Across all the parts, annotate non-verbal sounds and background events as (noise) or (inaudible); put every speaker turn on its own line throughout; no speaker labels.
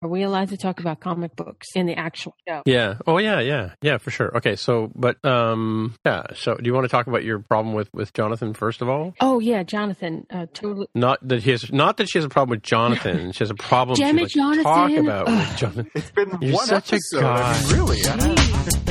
Are we allowed to talk about comic books in the actual show?
Yeah. Oh yeah, yeah. Yeah, for sure. Okay, so but um yeah, so do you want to talk about your problem with with Jonathan first of all?
Oh yeah, Jonathan. Uh, totally.
Not that he has not that she has a problem with Jonathan. She has a problem
Damn
she
it,
would talk
Jonathan.
about with Jonathan.
It's been
You're
one
such a
episode. I mean,
guy.
really? I don't-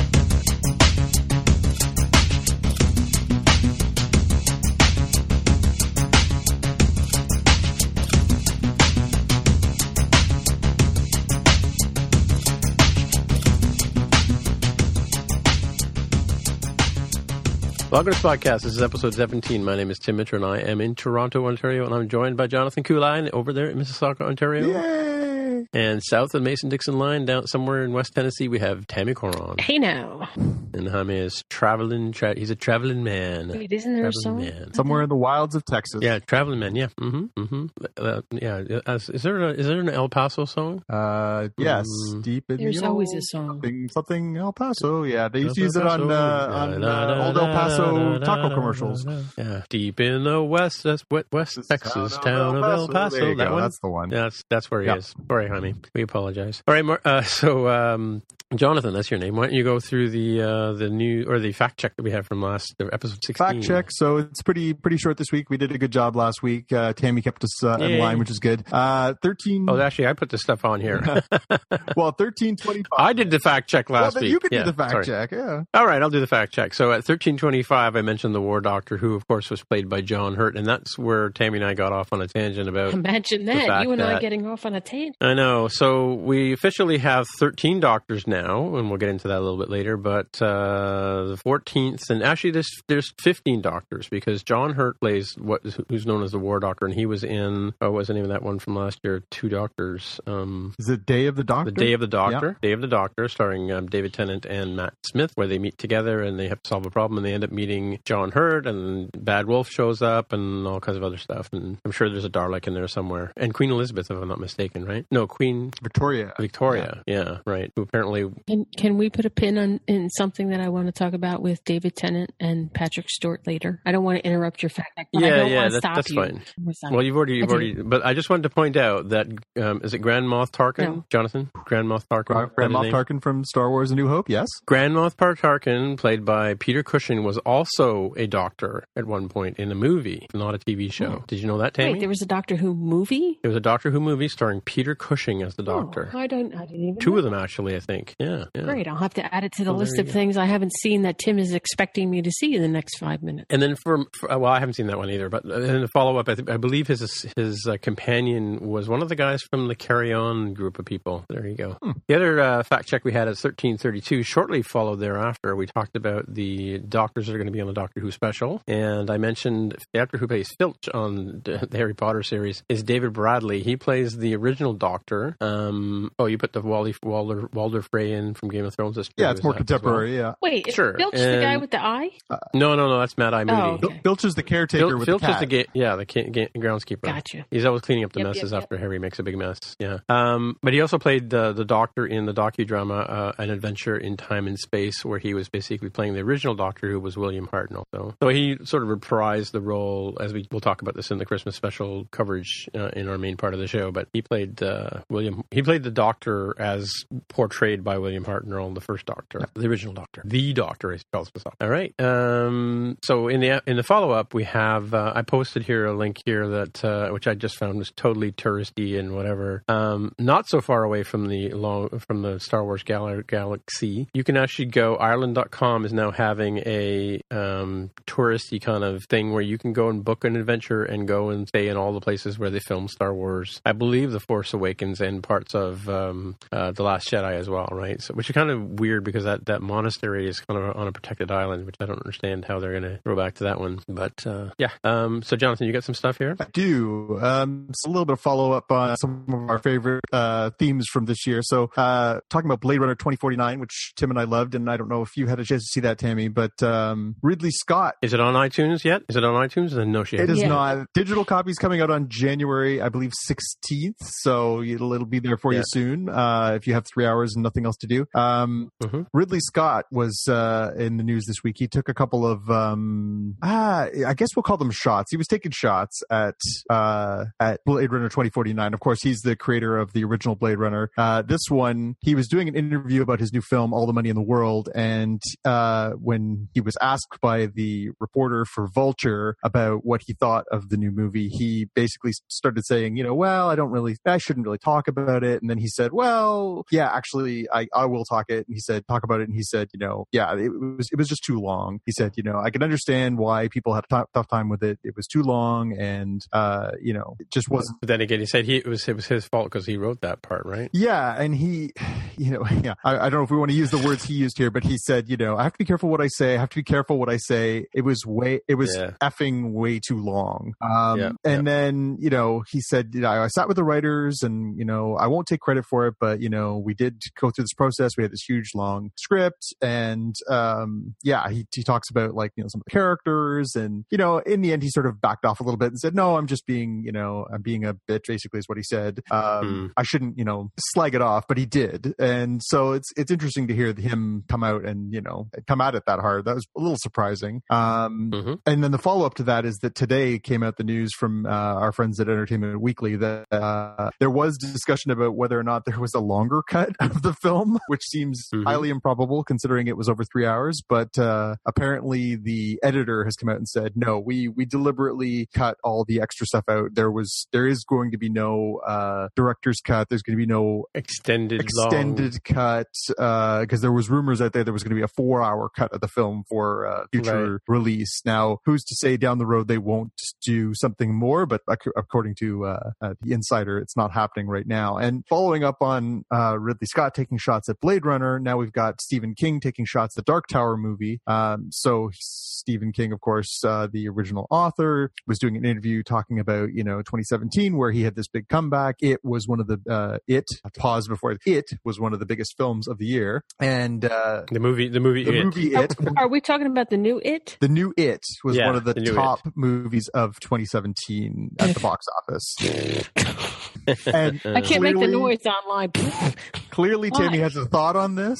Welcome to this podcast. This is episode 17. My name is Tim Mitchell and I am in Toronto, Ontario, and I'm joined by Jonathan Kuline over there in Mississauga, Ontario.
Yay!
And south of Mason Dixon line, down somewhere in West Tennessee, we have Tammy Coron.
Hey now,
And Jaime is traveling, tra- he's a traveling man.
wait, isn't there a
Traveling
song?
man.
Somewhere in the wilds of Texas.
Yeah, traveling man. Yeah, hmm hmm Uh, yeah, uh, is there a, is there an El Paso song?
Uh, yes.
Mm.
Deep in
There's
the
always a
old
song.
Something, something El Paso. Yeah, they used to
El
use it on uh,
Paso.
on
Da, da,
uh, old
da,
El Paso
da, da,
taco
da,
commercials.
da, da. Yeah, deep in the west, that's west, west
This is
Texas town of El Paso.
There you
that
go.
one.
That's the one.
Yeah, that's that's where he
Yeah.
is. Sorry, honey. We apologize. All right, Mar- uh, (laughs) so um, Jonathan, that's your name. Why don't you go through the uh, the new or the fact check that we had from last uh, episode sixteen?
Fact check. So it's pretty pretty short this week. We did a good job last week. Uh, Tammy kept us uh, in
Yay.
line, which is good. Uh, thirteen.
Oh, actually, I put this stuff on
(laughs)
here. (laughs)
well, thirteen twenty-five.
I did the fact check
Well,
last
then
week.
you can
Yeah,
do the fact
sorry.
check. Yeah.
All right, I'll do the fact check. So at 1325, I mentioned the war doctor, who, of course, was played by John Hurt. And that's where Tammy and I got off on a tangent about.
Imagine
The
that
fact
you and I
that-
getting off on a tangent.
I know. So we officially have 13 doctors now, and we'll get into that a little bit later. But uh, the 14th, and actually, there's, there's 15 doctors because John Hurt plays what who's known as the war doctor, and he was in, oh, wasn't even that one from last year, Two Doctors. Um,
Is it Day of the Doctor?
the Day of the Doctor, Day of the Doctor, starring um, David Tennant and Matt Smith, where they meet together and they have to solve a problem, and they end up meeting John Hurt, and Bad Wolf shows up, and all kinds of other stuff. And I'm sure there's a Dalek in there somewhere, and Queen Elizabeth, if I'm not mistaken, right? No, Queen
Victoria.
Victoria, yeah, right. Who apparently,
Can, can we put a pin on in something that I want to talk about with David Tennant and Patrick Stewart later? I don't want to interrupt your fact. But I
yeah,
don't
yeah,
want to
that,
stop
that's
you. Um,
fine.
We're sorry.
Well, you've already, you've
Okay.
already, but I just wanted to point out that um, is it Grand Moff Tarkin,
No.
Jonathan? Grand Moff Tarkin.
Grand,
Is that
Grand
his
Moff
name?
Tarkin from Star Wars: A New Hope. Yes.
Grand Moff Tarkin, played by Peter Cushing, was also a doctor at one point in a movie, not a TV show. Did you know that, Tammy?
Hmm. Wait, there was a Doctor Who movie.
It was a Doctor Who movie starring Peter Cushing as the Doctor.
Oh, I don't. I didn't even.
Two
know.
of them, actually, I think. Yeah, yeah.
Great. I'll have to add it to the
Well, there
list
you
of
go.
things I haven't seen that Tim is expecting me to see in the next five minutes.
And then for, for uh, well, I haven't seen that one either. But in the follow up, I, th- I believe his his uh, companion was one of the guys from the Carry On group of people. There you go.
Hmm.
The other uh, fact check we had at thirteen thirty two. Shortly followed thereafter, we talked about the doctors that are going to be on the Doctor Who special, and I mentioned the actor who plays Filch on the the Harry Potter series is David Bradley. He plays the original Doctor. Um, oh, you put the Wally Walder Walder Frey in from Game of Thrones. That's true.
Yeah, it's
Is
more
that as well?
contemporary. Yeah.
Wait, is
Sure,
Filch the guy
and-
with the eye?
No, no, no. That's Mad Eye Moody.
Oh, okay.
Fil- Filch is the caretaker
Fil-
with
Filch
the cat.
is the ga- yeah the ca- ga- groundskeeper.
Gotcha.
He's always cleaning up the
Yep, yep,
messes
yep.
after Harry makes a big mess. Yeah. Um, but he also played the the Doctor in the docudrama uh, An Adventure in Time and Space, where he was basically playing the original Doctor, who was William Hartnell. So, so he sort of reprised the role, as we will talk about this in the Christmas special coverage uh, in our main part of the show. But he played uh, William. He played the Doctor as portrayed by William Hartnell, in the first Doctor, the original Doctor, the Doctor, as he calls himself. All right. Um, so in the in the follow up, we have uh, I posted here a link here that uh, which I just found was totally touristy and whatever. Um, not so far away from the long from the Star Wars gal- galaxy, you can actually go. Ireland.com is now having a um, touristy kind of thing where you can go and book an adventure and go and stay in all the places where they film Star Wars. I believe The Force Awakens and parts of um, uh, The Last Jedi as well, right? So, which is kind of weird because that, that monastery is kind of on a protected island, which I don't understand how they're going to go back to that one. But uh, yeah. Um, so, Jonathan, you got some stuff here?
I do. Um, it's a little bit of follow up on some of our favorite uh, themes from this year. So, uh, talking about Blade Runner 2049, which Tim and I loved, and I don't know if you had a chance to see that, Tammy, but um, Ridley Scott.
Is it on iTunes yet? Is it on iTunes? Then no, she
It
hasn't.
is
Yeah.
not. Digital copies coming out on January, I believe, 16th. So you- It'll it'll be there for
Yeah.
you soon uh, if you have three hours and nothing else to do. Um,
Mhm.
Ridley Scott was uh, in the news this week. He took a couple of um, ah, I guess we'll call them shots. He was taking shots at uh, at Blade Runner 2049. Of course, he's the creator of the original Blade Runner. Uh, this one, he was doing an interview about his new film, All the Money in the World, and uh, when he was asked by the reporter for Vulture about what he thought of the new movie, he basically started saying, you know, well, I don't really, I shouldn't really talk about it. And then he said, well, yeah, actually, I, I will talk it. And he said, talk about it. And he said, you know, yeah, it was, it was just too long. He said, you know, I can understand why people had a tou- tough time with it. It was too long. And, uh, you know, it just wasn't
But then again, he said he it was it was his fault because he wrote that part, right?
Yeah, and he, (sighs) you know, yeah, I, I don't know if we want to use the words he used here, but he said, you know, I have to be careful what I say. I have to be careful what I say. It was way, it was
Yeah.
effing way too long. Um,
Yeah,
and then, you know, he said, you know, I sat with the writers and, you know, I won't take credit for it, but, you know, we did go through this process. We had this huge long script and, um, yeah, he, he talks about like, you know, some of the characters and, you know, in the end, he sort of backed off a little bit and said, no, I'm just being, you know, I'm being a bitch basically is what he said. Um, I shouldn't, you know, slag it off, but he did. And so it's, it's interesting to hear him come out and, you know, come at it that hard. That was a little surprising. Um,
Mhm.
and then the follow up to that is that today came out the news from uh, our friends at Entertainment Weekly that uh, there was discussion about whether or not there was a longer cut (laughs) of the film, which seems
Mhm.
highly improbable considering it was over three hours. But uh, apparently, the editor has come out and said, "No, we we deliberately cut all the extra stuff out. There was there is going to be no uh, director's cut. There's going to be no
Extended,
extended cut because there was rumors out there there was going to be a four hour cut of the film for uh, future release now who's to say down the road they won't do something more but ac- according to uh, uh, the insider it's not happening right now and following up on uh, ridley scott taking shots at blade runner now we've got stephen king taking shots at the dark tower movie um, so stephen king of course uh, the original author was doing an interview talking about you know 2017 where he had this big comeback it was one of the uh, it pause before it was one of the biggest films of the year and uh,
long. The movie, the movie,
the
It.
movie it
Are we talking about the new it?
the new it was
Yeah,
one of the,
the new
top movies of 2017 at the box
(laughs)
office
(laughs)
and
I can't make the
Clearly-
noise online. (laughs)
clearly
Why?
tammy has a thought on this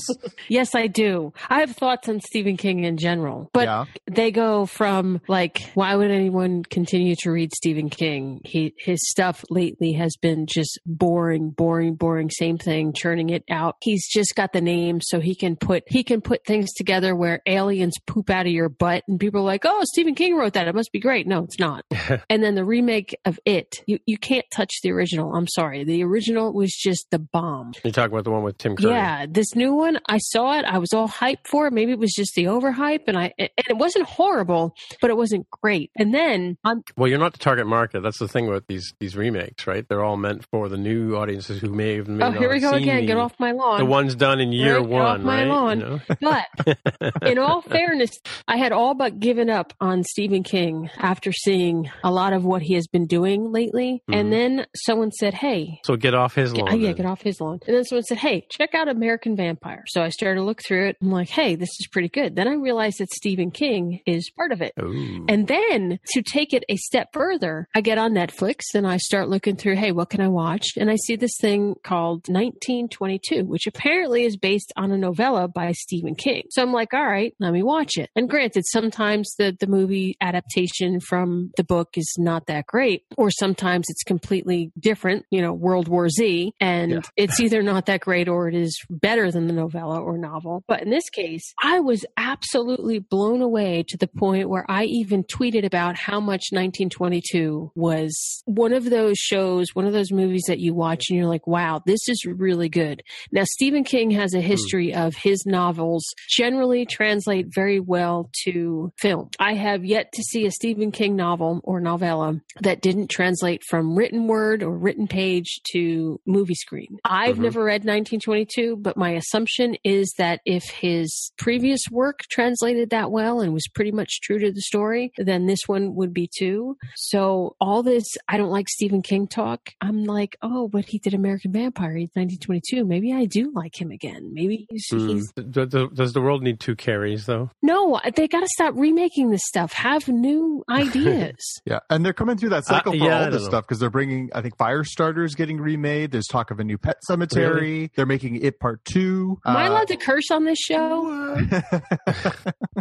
yes, I do. I have thoughts on Stephen King in general, but
yeah
they go from like why would anyone continue to read Stephen King? He his stuff lately has been just boring, boring, boring, same thing, churning it out. He's just got the name so he can put he can put things together where aliens poop out of your butt and people are like, "Oh, Stephen King wrote that. It must be great." No, it's not. and then the remake of It. You you can't touch the original. I'm sorry. The original was just the bomb.
You talk about the one with Tim Curry.
Yeah, this new one, I saw it. I was all hyped for it. Maybe it was just the overhype, and I and it wasn't horrible, but it wasn't great. And then I'm
Well, you're not the target market. That's the thing with these these remakes, right? They're all meant for the new audiences who may have may
oh
not
here we
have
go
seen
again.
the,
Get off my lawn.
the ones done in year
Right, get off
one,
my
right? You
lawn.
know?
(laughs) But in all fairness, I had all but given up on Stephen King after seeing a lot of what he has been doing lately.
Mhm.
And then someone said, "Hey,
(laughs) So get off his
Get-
lawn.
oh, yeah,
then.
get off his lawn. And then someone said, Hey, check out American Vampire. So I started to look through it. I'm like, Hey, this is pretty good. Then I realized that Stephen King is part of it.
Ooh.
And then to take it a step further, I get on Netflix and I start looking through, hey, what can I watch? And I see this thing called 1922, which apparently is based on a novella by Stephen King. So I'm like, all right, let me watch it. And granted, sometimes the, the movie adaptation from the book is not that great, or sometimes it's completely different, you know, World War Z, and
Yeah.
it's either not that great or it is better than the novella or novel. But in this case, I was absolutely blown away to the point where I even tweeted about how much 1922 was one of those shows, one of those movies that you watch and you're like, wow, this is really good. Now, Stephen King has a history of his novels generally translate very well to film. I have yet to see a Stephen King novel or novella that didn't translate from written word or written page to movie screen. I've
Mhm.
never read 1922, but my assumption is that if his previous work translated that well and was pretty much true to the story, then this one would be too. So all this, I don't like Stephen King talk. I'm like, oh, but he did American Vampire in 1922. Maybe I do like him again. Maybe he's,
Hmm.
he's
D- d- does the world need two carries though?
no, they got to stop remaking this stuff. Have
(laughs)
new ideas.
Yeah, and they're coming through that cycle
Uh,
for
yeah, I
all
don't
this
know.
stuff because they're bringing, I think, Firestarter is getting remade. There's talk of a new Pet Cemetery. They're making It Part Two.
Am I
Uh,
allowed to curse on this show?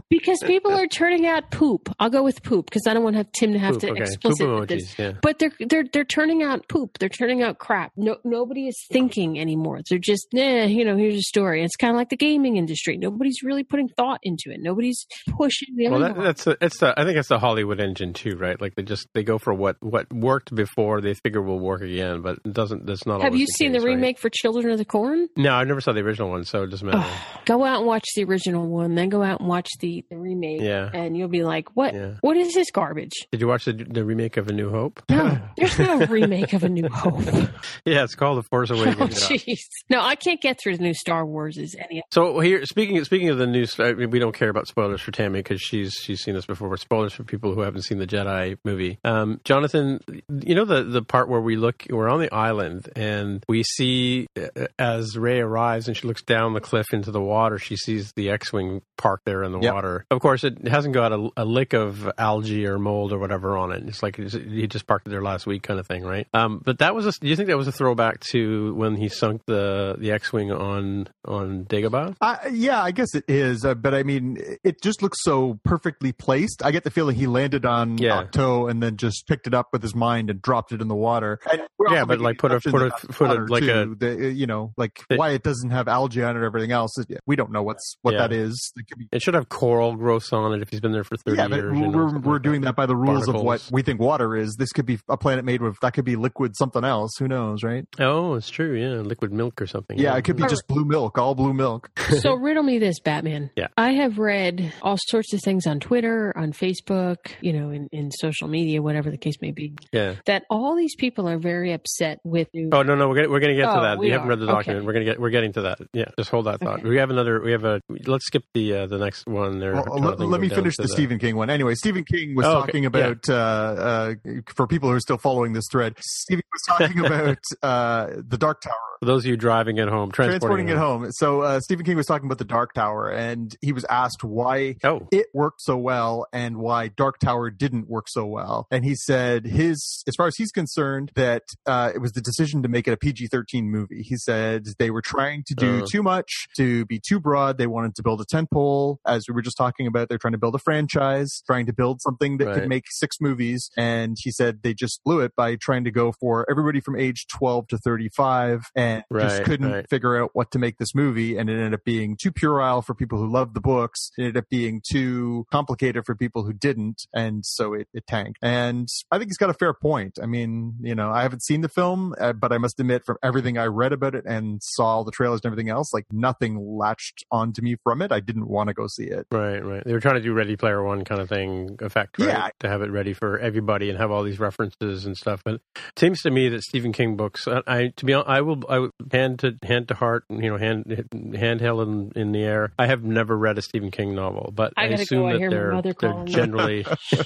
Because
(laughs)
people are turning out poop. I'll go with poop because I don't want to have Tim to have
Poop,
to
okay. Poop
explicit this.
emojis. Yeah.
But they're they're they're turning out poop. They're turning out crap. No, nobody is thinking anymore. They're just, nah, you know, here's a story. It's kind of like the gaming industry. Nobody's really putting thought into it. Nobody's pushing the
Well, that,
envelope.
that's the, it's the I think it's the Hollywood engine too, right? Like they just they go for what what worked before they figure will work again, but it doesn't. That's not.
Have
always
you seen
case,
the
right?
remake for Children of the Corn?
No, I never saw the original one, so it doesn't matter.
Ugh. go out and watch the original one, then go out and watch the, the remake,
Yeah.
and you'll be like, what?
Yeah.
What is this garbage?
Did you watch the, the remake of A New Hope?
No, there's no remake of A New Hope.
(laughs) Yeah, it's called The Force
(laughs) Oh,
Awakens. Yeah.
jeez. No, I can't get through the new Star Wars. Is any
So here, speaking speaking of the news, I mean, we don't care about spoilers for Tammy because she's she's seen this before. But spoilers for people who haven't seen the Jedi movie. Um, Jonathan, you know the the part where we look, we're on the island and we see uh, as Ray arrives and she looks down the cliff into the water. She sees the X-wing parked there in the
Yep.
water. Of course, it hasn't got a, a lick of algae or mold or whatever on it. It's like it's- he just parked it there last week, kind of thing, right? Um, but that was a, do you think that was a throwback to when he sunk the the X-wing on on Dagobah?
I, yeah, I guess it is, uh, but I mean, it just looks so perfectly placed. I get the feeling he landed on
Yeah.
Octo and then just picked it up with his mind and dropped it in the water. And we're
Yeah,
also
but,
making
like, put a-
assumptions
put a-
about the
put a-
water,
like a-
too, that, uh, you know, like
It-
why it doesn't have algae on it or everything else. We don't know what's what
Yeah.
that is. It could be
It should have coral growth on it if he's been there for 30
yeah, but
years.
we're,
you know,
we're,
something like
doing that by the rules of what
Barnacles.
we think water is. This could be a planet made with that could be liquid something else. Who knows, right?
Oh, it's true. Yeah, liquid milk or something.
Yeah, it could be
Or-
just blue milk, all blue milk.
(laughs)
so riddle me this, Batman.
Yeah.
I have read all sorts of things on Twitter, on Facebook, you know, in, in social media, whatever the case may be,
Yeah.
that all these people are very upset with new.
Oh no no we're gonna, we're gonna get to
Oh,
that.
we
You haven't
are.
read the document.
Okay.
We're gonna get we're getting to that. Yeah, just hold that thought.
Okay.
We have another. We have a. Let's skip the uh, the next one there.
Well, let,
Jonathan,
let
go
me
down
finish
to
the Stephen King one. Anyway, Stephen King was
Oh, okay.
talking about uh, uh, for people who are still following this thread. Stephen
(laughs)
was talking about uh, the Dark Tower.
For those of you driving at home, transporting,
transporting it home. So uh, Stephen King was talking about the Dark Tower, and he was asked why
Oh,
it worked so well and why Dark Tower didn't work so well. And he said his, as far as he's concerned, that uh, it was the decision to make it a PG-13 movie. He said they were trying to do
Uh.
too much, to be too broad. They wanted to build a tentpole, as we were just talking about. They're trying to build a franchise, trying to build something that
Right.
could make six movies. And he said they just blew it by trying to go for everybody from age 12 to 35 and
Right,
just couldn't
right.
figure out what to make this movie and it ended up being too puerile for people who loved the books it ended up being too complicated for people who didn't and so it, it tanked and i think he's got a fair point i mean you know i haven't seen the film uh, but i must admit from everything i read about it and saw the trailers and everything else like nothing latched onto me from it i didn't want to go see it
right, right. They were trying to do Ready Player One kind of thing effect, right?
Yeah.
To have it ready for everybody and have all these references and stuff. But it seems to me that Stephen King books, I, I to be honest, I will, I would hand to hand to heart, you know, hand hand held in, in the air. I have never read a Stephen King novel, but
I
I,
gotta
assume
go. I
that
hear my
they're,
mother
they're
calling.
generally,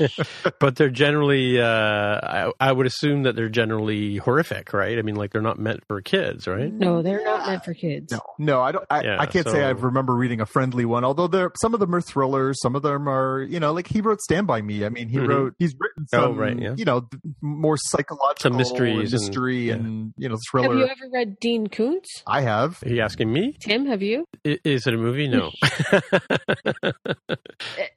(laughs) but they're generally, uh, I, I would assume that they're generally horrific, right? I mean, like they're not meant for kids, right?
No, they're not meant for kids.
No, no, I don't. I,
Yeah,
I can't say I
so-
remember reading a friendly one. Although there, some of them are thrillers. Some of them are, you know, like he wrote "Stand by Me." I mean, he
Mhm.
wrote, he's written
Oh,
some,
right, yeah.
you know, th- more psychological,
Some mysteries and-
mystery,
yeah.
and, you know,
Have you
thriller.
ever read Dean Koontz?
I have.
Are you asking me?
Tim, have you?
I- Is it a movie? No.
Uh, uh,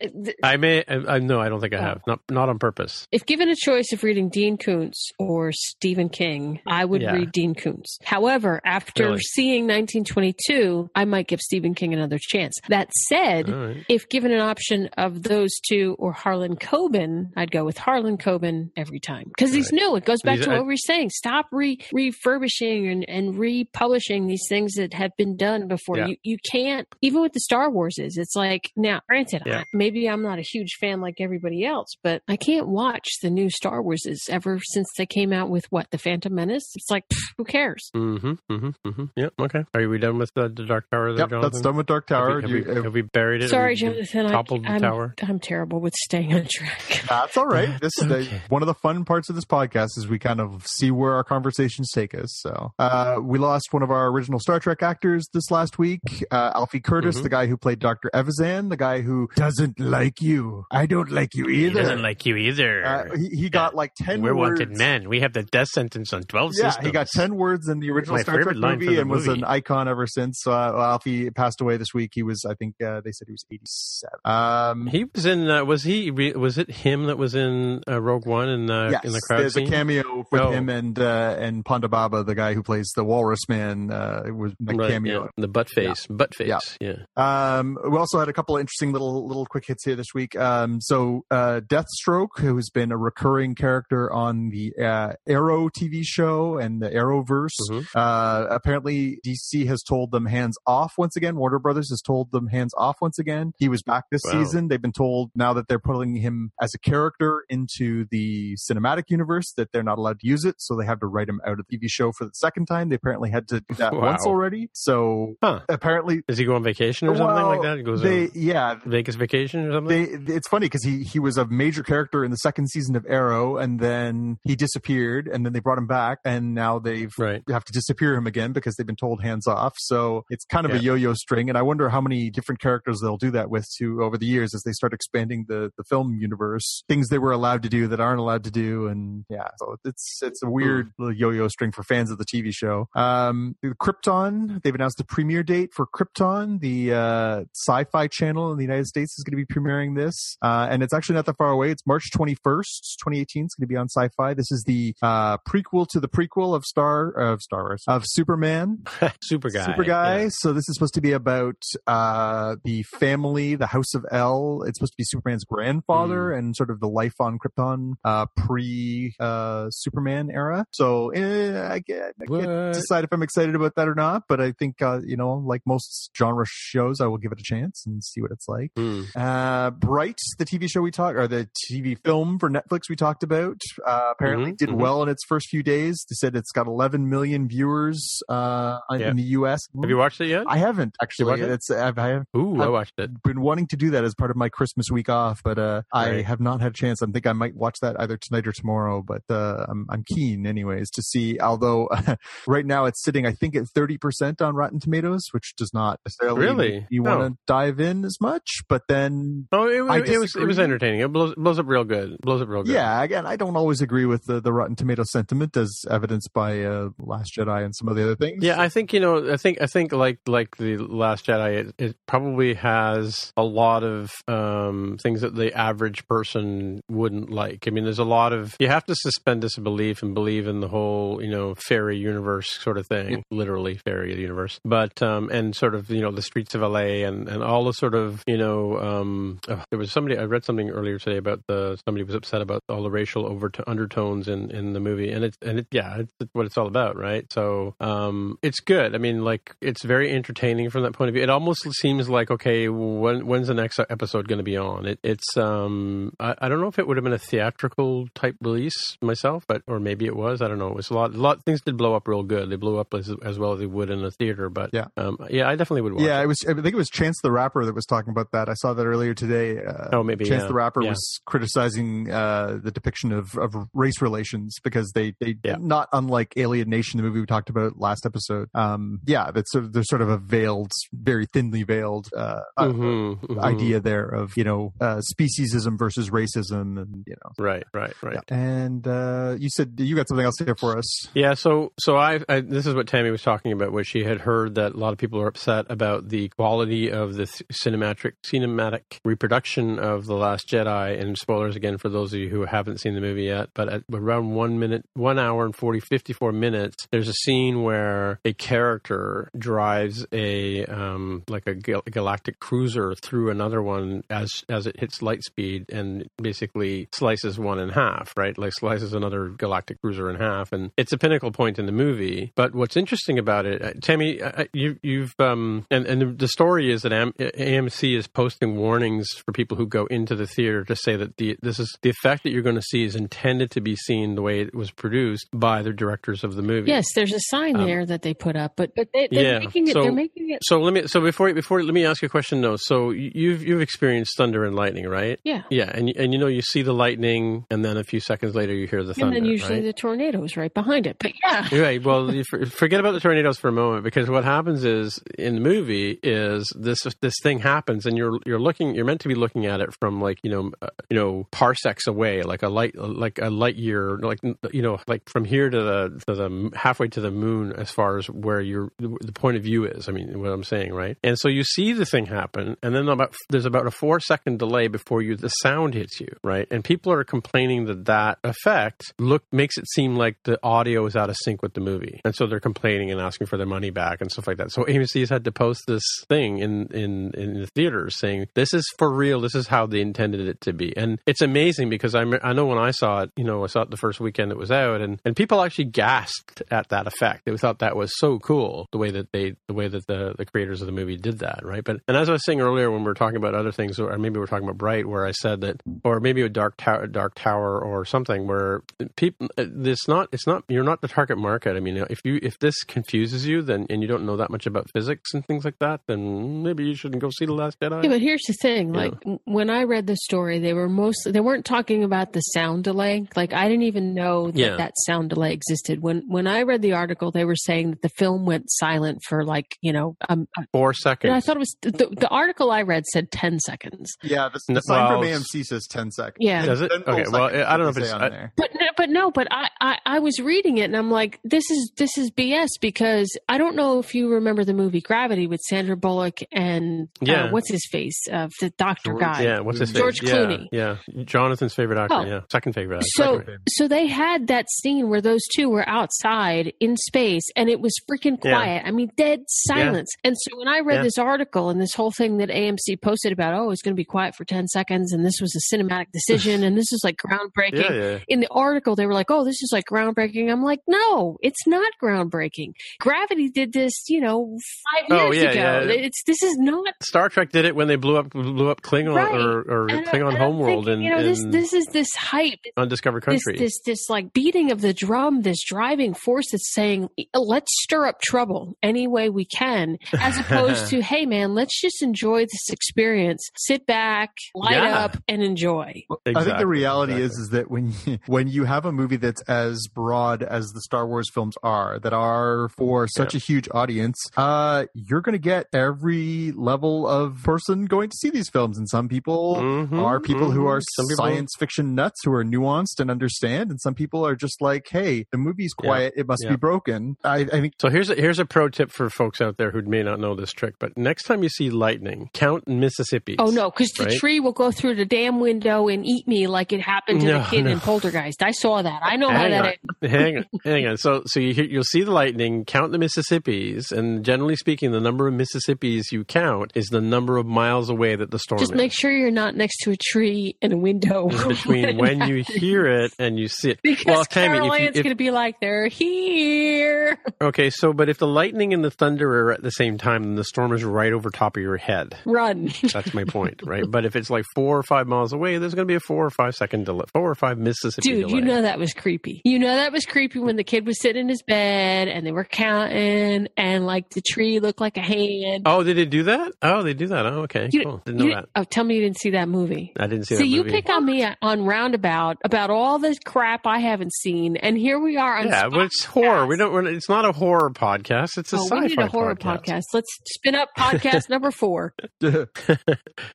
th-
I may. I, I no. I don't think I have. Not not on purpose.
If given a choice of reading Dean Koontz or Stephen King, I would
Yeah.
read Dean Koontz. However, after
Really?
seeing 1922, I might give Stephen King another chance. That said,
All right.
if given an option of those two or Harlan Coben, I'd go with Harlan Coben every time because he's
Right.
new. It goes back
He's-
to
I-
what we were saying. Stop re- refurbishing and, and republishing these things that have been done before.
Yeah.
You you can't even with the Star Wars is. It's like now, granted,
Yeah.
I, maybe I'm not a huge fan like everybody else, but I can't watch the new Star Wars ever since they came out with what the Phantom Menace. It's like, pff, who cares?
Mm-hmm, mm-hmm, mm-hmm. Yeah. Okay. Are we done with the, the Dark Tower? There,
Yep,
Jonathan?
that's done with Dark Tower.
Have we, have
You-
we- have we buried it?
Sorry,
Have we-
Jonathan. I,
toppled the
I'm,
tower?
I'm terrible with staying on track.
That's all right. This is
Okay.
the, one of the fun parts of this podcast is we kind of see where our conversations take us. So uh, we lost one of our original Star Trek actors this last week, uh, Alfie Curtis,
Mhm.
the guy who played Doctor Evazan, the guy who doesn't like you. I don't like you
He
either.
doesn't like you either.
Uh, he, he got like 10
We're
words.
wanted men. We have the death sentence on 12
Yeah,
systems.
he got 10 words in the original
My
Star Trek
favorite line
movie
from the
and was
movie.
an icon ever since. Uh, Alfie passed away this week. He was, I think, uh, they said he was 87. Um,
He was in. Uh, was he? Re- was it him that was in uh, Rogue One in the in the crowd
there's
scene?
a cameo with
Oh.
him and uh, and Ponda Baba, the guy who plays the Walrus Man, uh, it was a
Right,
cameo.
yeah. The butt face. Butt face.
Yeah.
yeah.
Um, we also had a couple of interesting little little quick hits here this week. Um, so uh, Deathstroke, who has been a recurring character on the uh, Arrow TV show and the Arrowverse,
Mhm.
uh, apparently DC has told them hands off once again. Warner Brothers has told them hands off once again. He was back this
Wow.
season. They've been told now that they're putting him as a character into the cinematic universe that they're not allowed to use it. So they have to write him out of the TV show for the second time. They apparently had to do
(laughs)
that
Wow.
once already. So
Huh.
apparently.
Does he go on vacation or something like
Well,
that? He goes
They,
on
yeah,
Vegas vacation or something.
they, it's funny because he, he was a major character in the second season of Arrow, and then he disappeared, and then they brought him back, and now they've
right. (laughs)
have to disappear him again because they've been told hands off. So it's kind of
Yeah.
a yo-yo string, and I wonder how many different characters they'll do that with to over the years as they start expanding the the film universe, things they were allowed to do that aren't allowed to do, and yeah, so it's it's a weird little yo-yo string for fans of the TV show. Um, Krypton, they've announced the premiere date for Krypton. The uh, Sci-Fi Channel in the United States is going to be premiering this, uh, and it's actually not that far away. It's March 21st, 2018. It's going to be on Sci-Fi. This is the uh, prequel to the prequel of Star of Star Wars of Superman.
Super guy.
Super guy. So this is supposed to be about uh, the family, the House of L. It's supposed to be Superman's grandfather
Mm.
and sort of the life on Krypton uh, pre uh, Superman era. So eh, I, get, I
What?
can't decide if I'm excited about that or not, but I think uh, you know, like most genre shows, I will give it a chance and see what it's like.
Yeah. Hmm.
Uh, Bright, the TV show we talked, or the TV film for Netflix we talked about, uh, apparently
Mhm,
did
mhm.
well in its first few days. They said it's got 11 million viewers uh, on-
Yeah.
in the U.S.
Have you watched it yet?
I haven't
You
actually.
watch it?
It's I've, I have
Ooh, I
I've-
watched it.
been wanting to do that as part of my Christmas week off, but uh, I
Right.
have not had a chance. I think I might watch that either tonight or tomorrow. But uh, I'm I'm keen, anyways, to see. Although (laughs) right now it's sitting, I think, at 30 percent on Rotten Tomatoes, which does not necessarily
Really? Oh.
make you
No.
want to dive in as much. But then
Oh, it,
I
was it was it was
disagree.
entertaining. It blows blows up real good. Blows up real good.
Yeah, again, I don't always agree with the, the Rotten Tomato sentiment, as evidenced by uh, Last Jedi and some of the other things.
Yeah, I think you know. I think I think like like the Last Jedi, it, it probably has a lot of um, things that the average person wouldn't like. I mean, there's a lot of you have to suspend disbelief and believe in the whole you know fairy universe sort of thing, literally fairy universe. But um, and sort of you know the streets of LA and and all the sort of you know um, oh, there was somebody I read something earlier today about the uh, somebody was upset about all the racial over undertones in in the movie and it's and it yeah it's what it's all about right so um it's good I mean like it's very entertaining from that point of view it almost seems like okay when when's the next episode going to be on it, it's um I, I don't know if it would have been a theatrical type release myself but or maybe it was I don't know it was a lot a lot things did blow up real good they blew up as, as well as they would in a theater but
Yeah.
um, yeah I definitely would watch
yeah.
it.
It was. I think it was Chance the Rapper that was talking about that. I saw that earlier today. Uh,
oh maybe
Chance
yeah.
the Rapper
Yeah.
was criticizing uh, the depiction of, of race relations because they they
Yeah.
not unlike Alien Nation, the movie we talked about last episode. Um, yeah, that's sort of, there's sort of a veiled, very thinly veiled uh, uh,
Mhm, mhm.
idea there of you know uh, speciesism versus racism, and you know.
right right right.
And uh, you said you got something else here for us.
Yeah, so so I, I this is what Tammy was talking about, where she had heard that a lot of people are upset about the quality of the th- cinematic cinematic reproduction of the Last Jedi. And spoilers again for those of you who haven't seen the movie yet. But at around one minute, one hour and 40, 54 minutes, there's a scene where a character drives a um, like a gal- galactic cruiser through another one as as it hits light speed and basically slices one in half, right? Like slices another galactic cruiser in half, and it's a pinnacle point in the movie. But what's interesting about it, uh, Tammy, I- I- you, you've um, and and the- the story is that AM, AMC is posting warnings for people who go into the theater to say that the this is the effect that you're going to see is intended to be seen the way it was pre- produced by the directors of the movie.
Yes, there's a sign
Um,
there that they put up, but but they, they're
yeah,
making it.
so-
they're making it.
So let me. So before before let me ask you a question though. So you- you've you've experienced thunder and lightning, right?
Yeah.
Yeah, and and you know you see the lightning, and then a few seconds later you hear the thunder.
and then usually
right?
the tornadoes right behind it. But
(laughs)
yeah,
right. Well, you for- forget about the tornadoes for a moment because what happens is in the movie is this this thing happens and you're you're looking you're meant to be looking at it from like you know uh, you know parsecs away like a light like a light year like you know like from here to the to the halfway to the moon as far as where your the point of view is. I mean what I'm saying, right? And so you see the thing happen and then about there's about a four second delay before you the sound hits you, right? And people are complaining that that effect look makes it seem like the audio is out of sync with the movie, and so they're complaining and asking for their money back and stuff like that. So AMC has had to post this thing in in in the theaters saying this is for real, this is how they intended it to be, and it's amazing because I am I know when I saw it, you know, I saw it the first weekend it was out, and and people actually gasped at that effect. They thought that was so cool the way that they the way that the the creators of the movie did that, right? But and as I was saying earlier when we were talking about other things, or maybe we were talking about Bright, where I said that or maybe a dark tower, dark tower, or something where people. It's uh, not. It's not. You're not the target market. I mean, if you if this confuses you, then and you don't know that much about physics and things like that, then maybe you shouldn't go see the Last Jedi.
Yeah, but here's the thing.
Yeah.
Like w- when I read the story, they were mostly they weren't talking about the sound delay. Like I didn't even know that
Yeah.
that sound delay existed. When when I read the article, they were saying that the film went silent for like you know. Um, uh,
Four
and I
seconds.
thought it was the, the article I read said ten seconds,
Yeah, the,
No,
the sign
well,
from AMC says 10 seconds.
Yeah.
Does it?
10 full
Okay, well,
seconds,
I don't know
they
if it's-
say on
I-
there.
but no, but no, but I, I I was reading it and I'm like, this is this is BS because I don't know if you remember the movie Gravity with Sandra Bullock and uh,
Yeah.
what's his face of the doctor
George-
guy.
yeah, what's his face?
George
yeah,
Clooney.
Yeah, Jonathan's favorite actor.
Oh.
Yeah, second favorite. Actor.
So,
Second.
so they had that scene where those two were outside in space, and it was freaking
Yeah.
quiet. I mean, dead silence. And so when I read
Yeah.
this article and this whole thing that AMC posted about, oh, it's going to be quiet for ten seconds, and this was a cinematic decision,
(laughs)
and this is like groundbreaking.
yeah, yeah.
In the article, they were like, "Oh, this is like groundbreaking." I'm like, "No, it's not groundbreaking. Gravity did this, you know, five
Oh,
years
yeah,
ago.
yeah.
It's this is not
Star Trek did it when they blew up blew up Klingon
Right.
or, or
and I-
Klingon
and I'm
homeworld
thinking,
in,
You know, this
in
this is this hype.
Undiscovered
this,
Country.
this this like beating of the drum, this driving force that's saying, "E, let's stir up trouble any way we can, as
(laughs)
opposed to, hey man, let's just enjoy this experience. Sit back, light
Yeah.
up, and enjoy.
I think
Exactly,
the reality is
exactly.
is that when you, when you have a movie that's as broad as the Star Wars films are, that are for such a huge audience, uh, you're going to get every level of person going to see these films, and some people
Mhm,
are people who are
mhm. Some people-
science fiction nuts who are nuanced and understand, and some people are just like, "Hey, the movie's
Yeah.
quiet; it must
Yeah.
be broken." I, I think
So here's a, here's a pro tip for folks out there who may not know this trick, but next time you see lightning, count Mississippi.
Oh no, because the
Right.
tree will go through the damn window and eat me like it happened to the
No,
kid
no.
in Poltergeist. I saw that. I know how
Hang
that
on.
is.
hang on, hang on. So so you hear- you'll see the lightning, count the Mississippis, and generally speaking, the number of Mississippis you count is the number of miles away that the storm
Just
is.
make sure you're not next to a tree and a window. (laughs)
It's between when you hear it and you see it.
because
well, Tammy, if you-
Caroline's
if-
going to be like, they're here. (laughs)
okay, so but if the lightning and the thunder are at the same time, then the storm is right over top of your head.
Run.
That's my point,
(laughs)
right? But if it's like four or five miles away, there's going to be a four or five second delay, four or five Mississippi
Dude,
delay.
you know that was creepy. You know that was creepy when the kid was sitting in his bed and they were counting and like the tree looked like a hand.
Oh, did it do that? Oh, they do that. Oh, okay.
You-
cool. Didn't know
You-
that.
Oh, tell me you didn't see that movie.
I didn't see
See,
that
you
movie.
pick on me on Roundabout about all this crap I haven't seen, and here we are on
yeah,
Spot
but it's horror. We
Podcast.
don't. We're, it's not a horror podcast. It's a
Oh,
sci-fi
we need a horror
podcast.
podcast. Let's spin up
(laughs)
podcast number four.
All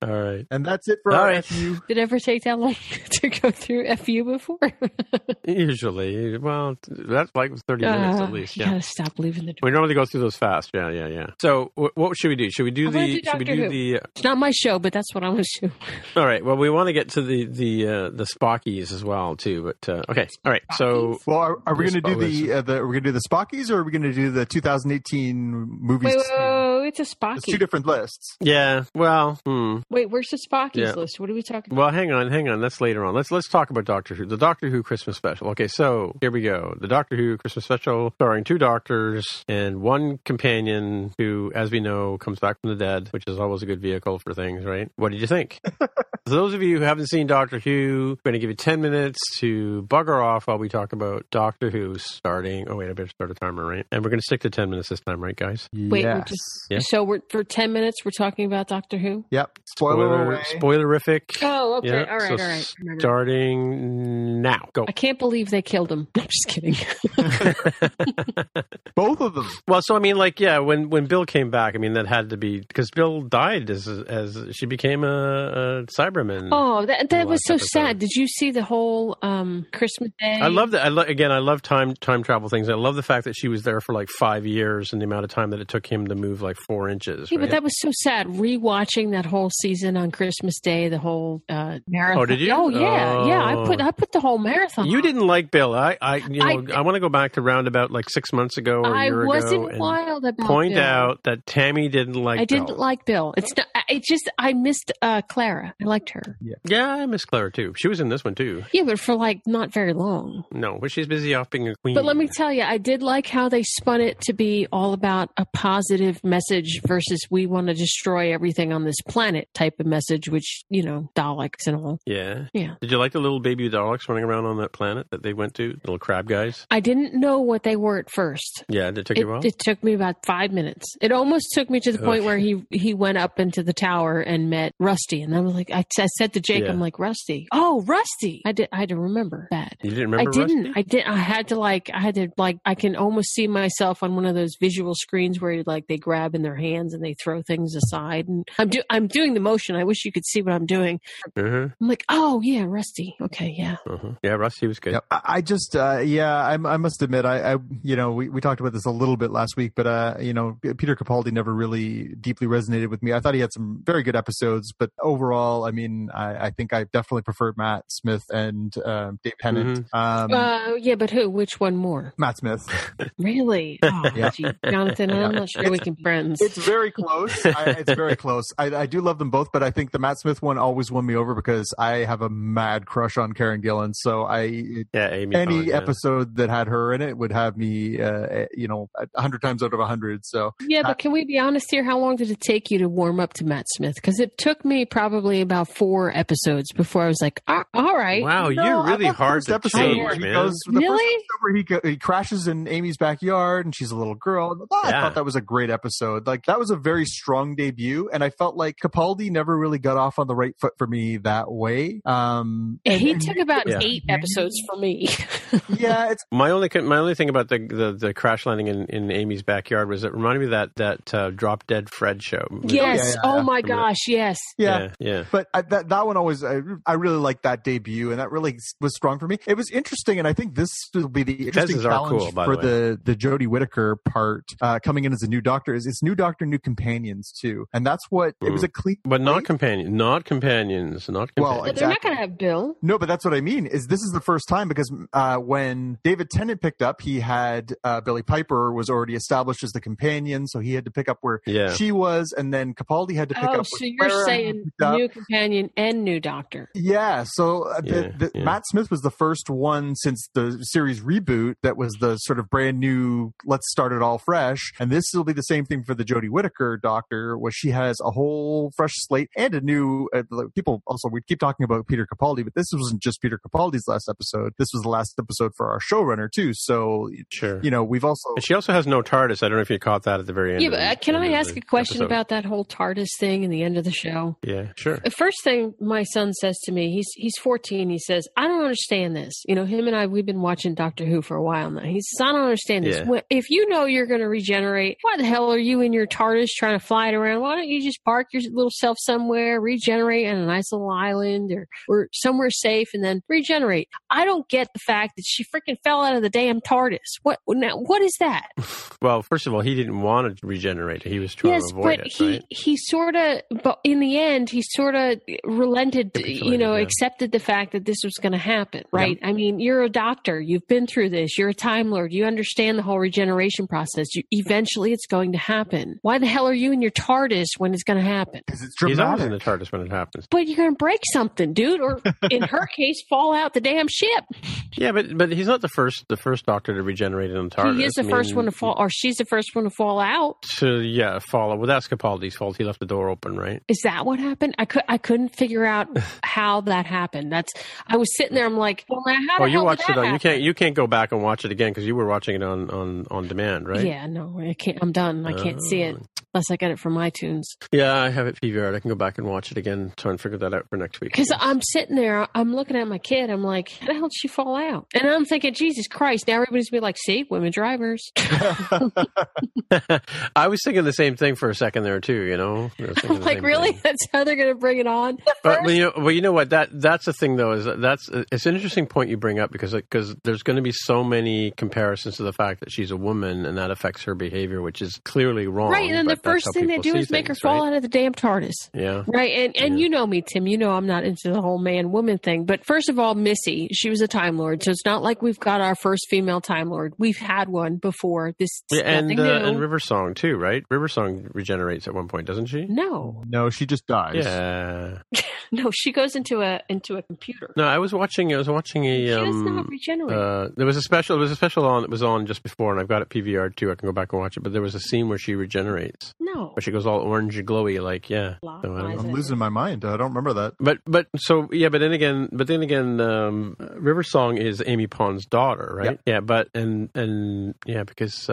right.
and that's it for
All
our
right.
FU.
Did it ever take that long (laughs) to go through FU before?
Usually, well, that's like thirty minutes
Uh,
at least.
You
Yeah.
gotta stop leaving the door.
We normally go through those fast. Yeah, yeah, yeah. So, wh- what should we do? Should we
I
do
wanna
the?
do
should we
Doctor
do
Who.
the? uh,
It's not my show, but that's what I'm gonna do.
All right. Well, we want to get to the the uh, the Spockies as well too. But uh, okay. All right. So
Well, are, are we
Yes,
going to do the
always.
uh, the are we going to do the Spockies or are we going to do the 2018 movies?
Wait, wait, wait, wait, it's a
It's two
Spocky.
different lists.
yeah. Well. Hmm.
Wait, where's the Spockies
Yeah.
list? What are we talking about?
Well, hang on, hang on. That's later on. Let's let's talk about Doctor Who, the Doctor Who Christmas special. Okay, so here we go. The Doctor Who Christmas special, starring two doctors and one
(laughs)
companion who, as we know, comes back from the dead, which is always a good vehicle for things, right? What did you think? those of you who haven't seen Doctor Who, I'm going to give you 10 minutes to bugger off while we talk about Doctor Who starting. Oh, wait, I better start a timer, right? And we're going to stick to 10 minutes this time, right, guys?
Wait, we're
yes.
just-
Yeah.
So we're for ten minutes. We're talking about Doctor Who.
Yep. Spoiler. away.
spoilerific.
Oh, okay.
Yeah,
all right,
so
all right. Remember.
Starting now. Go.
I can't believe they killed him. (laughs) I'm just kidding.
Both of them.
Well, so I mean, like, yeah, when when Bill came back, I mean, that had to be because Bill died as as she became a, a Cyberman.
Oh, that that
The
was
last
so
episode.
sad. Did you see the whole um Christmas Day?
I love that. I lo- again, I love time time travel things. I love the fact that she was there for like five years and the amount of time that it took him to move like four inches.
Yeah,
right?
but that was so sad. Rewatching that whole season on Christmas Day, the whole uh, marathon.
Oh, did you?
Oh, yeah, yeah. I put
Oh.
I put the whole marathon.
you
on.
didn't like Bill. I, I you
I-
know, I, want to go back to roundabout like six months ago or a
I
year ago
wasn't
and
wild about.
point
Bill.
out that Tammy didn't like.
I didn't
Bill.
like Bill. It's not. I- It just I missed uh, Clara. I liked her.
Yeah, I miss Clara too. She was in this one too.
Yeah, but for like not very long.
No, but she's busy off being a queen.
But let me tell you, I did like how they spun it to be all about a positive message versus we want to destroy everything on this planet type of message, which, you know, Daleks and all.
Yeah.
Yeah.
Did you like the little baby Daleks running around on that planet that they went to? Little crab guys?
I didn't know what they were at first.
Yeah, did it take
It,
you a while?
it took me about five minutes. It almost took me to the point
Ugh.
where he he went up into the tower and met Rusty, and I was like, I, I said to Jake,
Yeah.
I'm like, Rusty, oh Rusty, I did, I had to remember that.
you didn't remember
I didn't.
Rusty?
I did. I had to like. I had to like. I can almost see myself on one of those visual screens where like they grab in their hands and they throw things aside. And I'm do. I'm doing the motion. I wish you could see what I'm doing.
Uh-huh,
I'm like, oh yeah, Rusty. Okay, yeah.
uh-huh. Yeah, Rusty was good.
Yep. I I just, uh, yeah, I, I must admit, I, I, you know, we, we talked about this a little bit last week, but, uh, you know, Peter Capaldi never really deeply resonated with me. I thought he had some very good episodes, but overall, I mean, I, I think I definitely prefer Matt Smith and um, Dave Tennant. Um,
uh, yeah, but who? Which one more?
Matt Smith.
Really? Oh,
Yeah.
gee, Jonathan, I'm not sure we can be friends.
It's very close. I, it's
(laughs)
very close. I, I do love them both, but I think the Matt Smith one always won me over because I have a mad crush on Karen Gillan. So I,
Yeah, Amy.
any
Pond, yeah.
episode that had her in it would have me, uh, you know, a hundred times out of a hundred. So
Yeah, but can we be honest here? How long did it take you to warm up to Matt Smith? Because it took me probably about four episodes before I was like, "Ah, all right.
Wow, you're really hard to
where
change,
he
man.
goes, the first
Really?
episode where he, go, he crashes in Amy's backyard and she's a little girl. And I
Yeah.
thought that was a great episode. Like that was a very strong debut, and I felt like Capaldi never really got off on the right foot for me that way. Um, and-
He
and-
took about
Yeah.
eight episodes for me. (laughs)
yeah, it's
My only my only thing about the, the, the crash landing in, in Amy's backyard was it reminded me of that that uh, Drop Dead Fred show.
yes.
yeah,
oh
yeah.
my gosh. Yes.
yeah.
yeah, yeah.
But I, that that one always I, I really liked that debut and that really s- was strong for me. It was interesting, and I think this will be the interesting
Fezes are
challenge
cool, by the
for
way.
the the Jodie Whittaker part uh, coming in as a new doctor. Is it's new doctor, new companions too, and that's what it was a clean.
But not companion, not companions, not
Well,
companions.
But they're not
Exactly.
going to have Bill.
No, but that's what I mean. Is this is the first time because uh, when David Tennant picked up, he had uh, Billy Piper was already established as the companion, so he had to pick up where
yeah.
she was, and then Capaldi had to pick
Oh,
up.
so
with
you're
Clara, and he
saying
picked up-
new companion and new doctor.
Yeah, so uh, the,
Yeah,
the,
yeah.
Matt Smith was the first one since the series reboot that was the sort of brand new. Let's start it all fresh, and this will be the same thing for the Jodie Whittaker Doctor, where she has a whole fresh slate and a new. Uh, like, people also we keep talking about Peter Capaldi, but this wasn't just Peter Capaldi's last episode. This was the last episode for our showrunner too. So
sure.
you know we've also
And she also has no TARDIS. I don't know if you caught that at the very end.
Yeah,
of
but
the-
uh, can
end
I
of
ask
the
a question
episode.
about that whole TARDIS thing in the end of the show?
Yeah, sure.
The first thing my son says to me, he's he's 14. He says, "I don't understand this." You know, him and I, we've been watching Doctor Who for a while now. He says, "I don't understand this.
Yeah.
When- If you know you're going to regenerate, why the hell are you in your TARDIS trying to fly it around? Why don't you just park your little self somewhere, regenerate on a nice little island or or somewhere safe, and then regenerate?" I don't get the fact that she freaking fell out of the damn TARDIS. What now? What is that?
Well, first of all, he didn't want to regenerate. He was trying to avoid
but
it,
he
right?
he sort of, but in the end, he sort of relented. You know,
Capitulated, yeah.
accepted the fact that this was going to happen, right? I mean, you're a doctor. You've been through this. You're a time lord. You understand the whole regeneration process. You, eventually, it's going to happen. Why the hell are you in your TARDIS when it's going to happen?
because it's
He's always in
dramatic.
the TARDIS when it happens.
But you're going to break something, dude, or in
(laughs)
her case, fall out the damn ship.
Yeah, but but he's not the first the first Doctor to regenerate in the TARDIS.
He is the
I
first
mean,
one to fall, or she's the first one to fall out.
To yeah, follow. Well, that's Capaldi's fault. He left the door open, right?
Is that what happened? I could I couldn't figure out
(laughs)
how that happened. That's I was sitting there. I'm like, well, now how
Oh,
the
you
hell
watched
did
it
that
on. You
happen?
can't. You can't go back and watch it again because you were watching it on on on demand, right?
Yeah, no, I can't. I'm done. I can't see it
Oh.
unless I get it from iTunes.
Yeah, I have it PVR. I can go back and watch it again. Try and figure that out for
(laughs)
next week.
Because I'm sitting there, I'm looking at my kid. I'm like, how the hell did she fall out? And I'm thinking, Jesus Christ! Now everybody's gonna be like, see, women drivers.
(laughs)
(laughs)
I was thinking the same thing for a second there too. You know, I was thinking
I'm
the
like,
same
really?
thing.
That's how they're gonna bring it on?
But well, you know, well, you know what? That that's the thing though. Is that that's it's an interesting point you bring up because because there's going to be so many comparisons to the fact that she's a woman and that affects her behavior, which is clearly wrong.
right. And then the
but that's
first
how
thing they
people
do
see
is make her
things,
fall
right?
out of the damn TARDIS.
Yeah.
Right. And and
Yeah.
you know me, Tim. You know I'm not into the whole man woman thing. But first of all, Missy, she was a Time Lord, so it's not like we've got our first female Time Lord. We've had one before. This is
Yeah, and
nothing
uh,
new.
and Riversong too, right? Riversong regenerates at one point, doesn't she?
no,
no, she just dies.
Yeah.
no, she goes into a into a computer.
No, I was watching. I was watching
she
a.
does
Um,
not regenerate.
uh, there was a special. There was a special on that was on just before, and I've got it PVR too. I can go back and watch it. But there was a scene where she regenerates,
no,
where she goes all orange and glowy, like yeah.
Lot
No, I
lies
don't know.
in
I'm
it.
losing my mind. I don't remember that.
But but so yeah. But then again, but then again, um, River Song is Amy Pond's daughter, right? Yeah. But and and yeah, because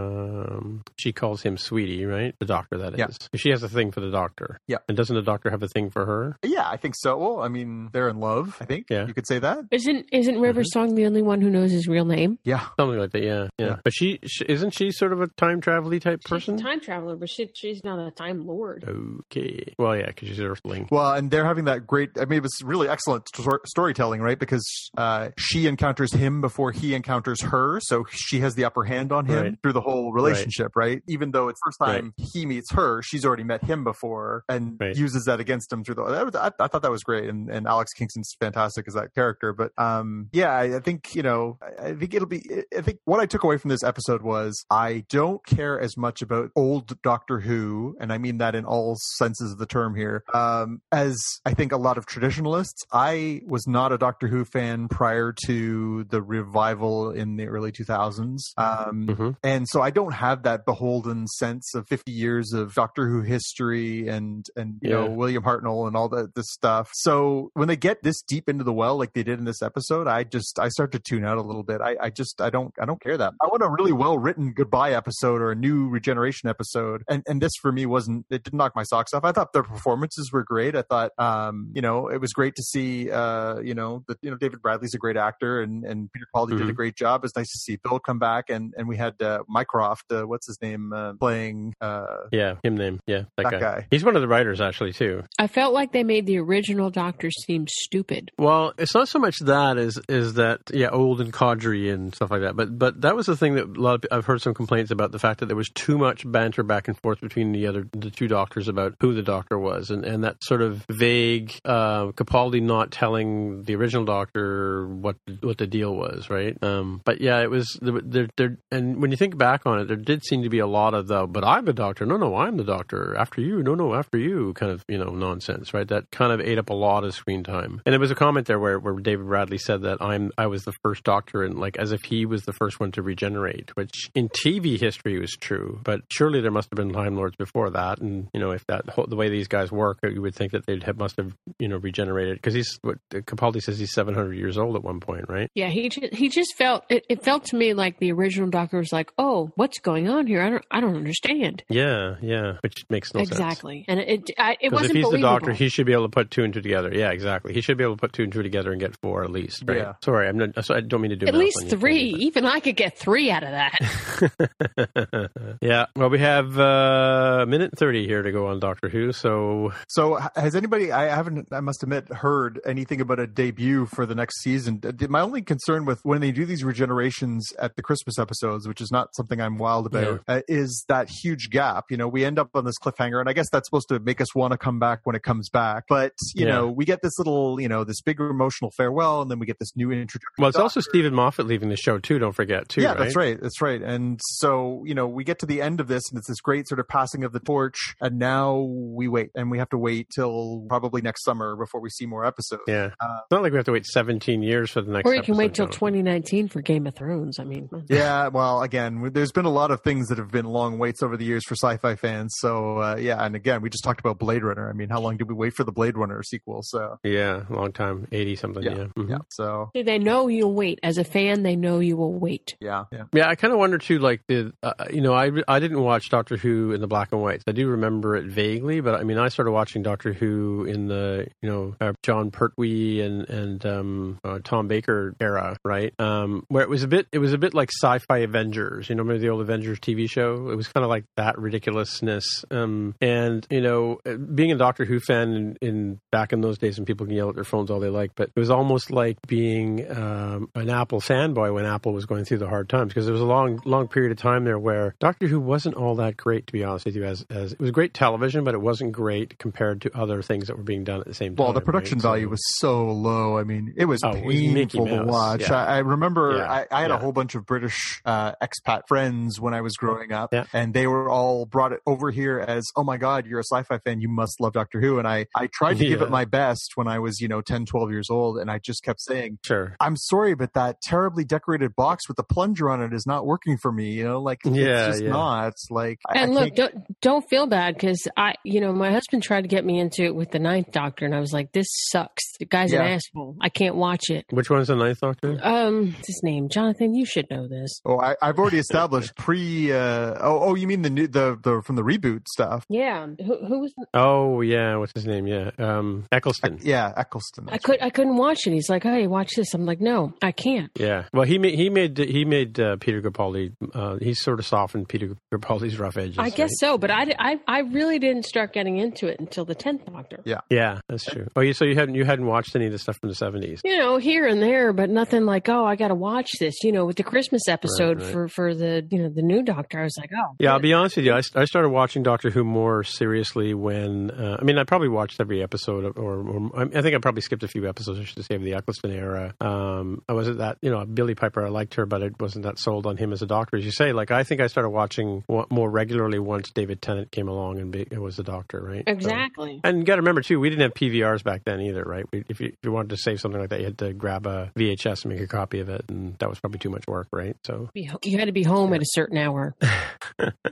um, she calls him sweetie, right? The doctor that is.
Yeah.
She has a thing for the doctor.
Yeah.
And doesn't the doctor have a thing for her?
Yeah, I think so. Well, I mean, they're in love. I think
Yeah.
you could say that.
Isn't isn't River Song the only one who knows his real name?
Yeah.
Something like that. Yeah. Yeah.
Yeah.
But she, she isn't she sort of a time travel type person.
She's a time traveler, but she, she's not a time lord.
Okay. Well, yeah, because she's Earthling.
Well, and they're having that great. I mean, it was really excellent stor- storytelling, right? Because uh, she encounters him before he encounters her, so she has the upper hand on him
Right.
through the whole relationship, right? Even though it's the first time he meets her, she's already met him before and
Right.
uses that against him through the. That was, I, I thought that was great, and, and Alex Kingston's fantastic as that character. But um, yeah, I, I think you know, I, I think it'll be. I think what I took away from this episode was I don't care as much about old Doctor Who, and I mean that in all senses of the term here, um, as I think a lot of traditionalists. I was not a Doctor Who fan prior to the revival in the early 2000s. Um,
hmm
and so I don't have that beholden sense of 50 years of Doctor Who history and and you know
Yeah.
William Hartnell and all that this stuff. So when they get this deep into the well, like they did in this episode, I just I start to tune out a little bit. I, I just I don't I don't care that. I want a really well written goodbye episode or a new regeneration episode. And and this for me wasn't. It didn't knock my socks off. I thought their performances were great. I thought um you know it was great to see uh you know that you know David Bradley's a great actor and and Peter Capaldi did a
Mhm.
great job. It's nice to see Bill come back and and we had uh, Mycroft, uh, what's his name, uh, playing uh,
Yeah, him name. Yeah, that,
that
guy.
guy.
He's one of the writers, actually, too.
I felt like they made the original Doctor seem stupid.
Well, it's not so much that is is that yeah, old and codgery and stuff like that. But but that was the thing that a lot of I've heard some complaints about the fact that there was too much banter back and forth between the other the two doctors about who the doctor was, and and that sort of vague uh, Capaldi not telling the original doctor what what the deal was, right? Um, but yeah, it was there, there, there. And when you think back on it, there did seem to be a lot of the "but I'm the doctor," "no, no, I'm the doctor," "after you," "no, no, after you" kind of you know nonsense, right? That kind of ate up a lot of screen time. And there was a comment there where, where David Bradley said that I'm I was the first doctor, and like as if he was the first one to regenerate, which in TV history was true, but surely there must have been Time Lords before that. And you know, if that whole, the way these guys work, you would think that they would must have you know regenerated because he's what Capaldi says he's 700 years old at one point, right?
Yeah, he just, he just felt it, it felt to me like the original Doctor was like, "Oh, what's going on here? I don't I don't understand."
Yeah, yeah, which makes no sense.
exactly, and it I, it
Because
wasn't
if he's
believable.
the doctor, he should be able to put two and two together. Yeah, exactly. He should be able to put two and two together and get four at least. Right.
Yeah.
Sorry, I'm not. so I don't mean to do
At
math
least
on you,
three. Even I could get three out of that.
but- (laughs) yeah. Well, we have uh, a minute thirty here to go on Doctor Who. So
So h- has anybody? I haven't. I must admit, heard anything about a debut for the next season. Uh, did- My only concern with when they do these regenerations at the Christmas episodes, which is not something I'm wild about, uh, is that huge gap. You know, we end up on this cliffhanger, and I guess that's supposed to make us want to come back when it comes back. But you
Yeah.
know, we get this little, you know, this big emotional farewell, and then we get this new introduction.
well, it's
Doctor.
also Stephen Moffat leaving the show too. Don't forget too.
yeah, that's right. That's right. And so, you know, we get to the end of this and it's this great sort of passing of the torch. And now we wait and we have to wait till probably next summer before we see more episodes.
Yeah.
Uh,
it's not like we have to wait seventeen years for the next.
or you can wait till
episode, Jonathan.
2019 for Game of Thrones. I mean,
Yeah, well, again, there's been a lot of things that have been long waits over the years for sci-fi fans. So, uh, yeah, and again, we just talked about Blade Runner. I mean, how long did we wait for the Blade Runner sequel. So
Yeah, long time, eighty something. Yeah, yeah. Mhm.
yeah, so
Do they know you'll wait? As a fan, they know you will wait.
yeah, yeah.
Yeah, I kind of wonder too. Like the, uh, you know, I I didn't watch Doctor Who in the black and whites. I do remember it vaguely, but I mean, I started watching Doctor Who in the, you know, uh, John Pertwee and and um, uh, Tom Baker era, right? Um, where it was a bit, it was a bit like sci-fi Avengers. You know, remember the old Avengers TV show? It was kind of like that ridiculousness. Um, and you know, uh, being a Doctor Who fan in, in back in those days, when people can yell at their phones all they like, but it was almost like being um, an Apple fanboy when Apple was going through the hard times because there was a long, long period of time there where Doctor Who wasn't all that great, to be honest with you. As, as it was great television, but it wasn't great compared to other things that were being done at the same time.
Well, the production
right? So-
value was so low. I mean, it was
Oh, it was Mickey
painful to
Mouse.
watch.
Yeah.
I, I remember
Yeah.
I, I had
Yeah.
a whole bunch of British uh, expat friends when I was growing up,
Yeah.
and they were all brought it over here as, "Oh my God, you're a sci-fi fan. You must love Doctor Who." And I, I tried to give
Yeah.
it my best when I was, you know, 10, 12 years old, and I just kept saying.
sure.
I'm sorry, but that terribly decorated box with the plunger on it is not working for me. You know, like
Yeah,
it's just
yeah.
not. Like, I- I
and look,
can't-
don't don't feel bad because I, you know, my husband tried to get me into it with the Ninth Doctor, and I was like, "This sucks. The guy's an
Yeah.
asshole. I can't watch it."
Which one's the ninth Doctor?
Um, what's his name, Jonathan. You should know this.
oh, I, I've already established pre. Uh, oh, oh, you mean the new the the from the reboot stuff?
Yeah, who, who was?
Oh, yeah. What's his name? Yeah, um, Eccleston.
Yeah, Eccleston.
I could I couldn't watch it. He's like, "Hey, watch this." I'm like, "No, I can't."
Yeah. Well, he made he made he made uh, Peter Capaldi. Uh, he sort of softened Peter Capaldi's rough edges.
I guess
right?
so, but I, di- I I really didn't start getting into it until the tenth Doctor.
Yeah.
Yeah, that's true. Oh, you so you hadn't you hadn't watched any of the stuff from the seventies.
You know, here and there, but nothing like, "Oh, I got to watch this." You know, with the Christmas episode
right.
for for the you know the new Doctor, I was like, "Oh,
Yeah, I'll be honest with you. I, I started watching Doctor Who more seriously when uh, I mean I probably watched every episode, of, or, or I I think I probably skipped a few episodes. I should say of the Eccleston era. Um, I wasn't that you know Billy Piper. I liked her, but I wasn't that sold on him as a doctor, as you say. Like I think I started watching wa- more regularly once David Tennant came along and be, was the Doctor, right? So-
exactly."
And you got to remember too, we didn't have PVRs back then either, right? We, if, you, if you wanted to save something like that, you had to grab a VHS and make a copy of it, and that was probably too much work, right? So
Be- You had to be home at a certain
(laughs)
hour.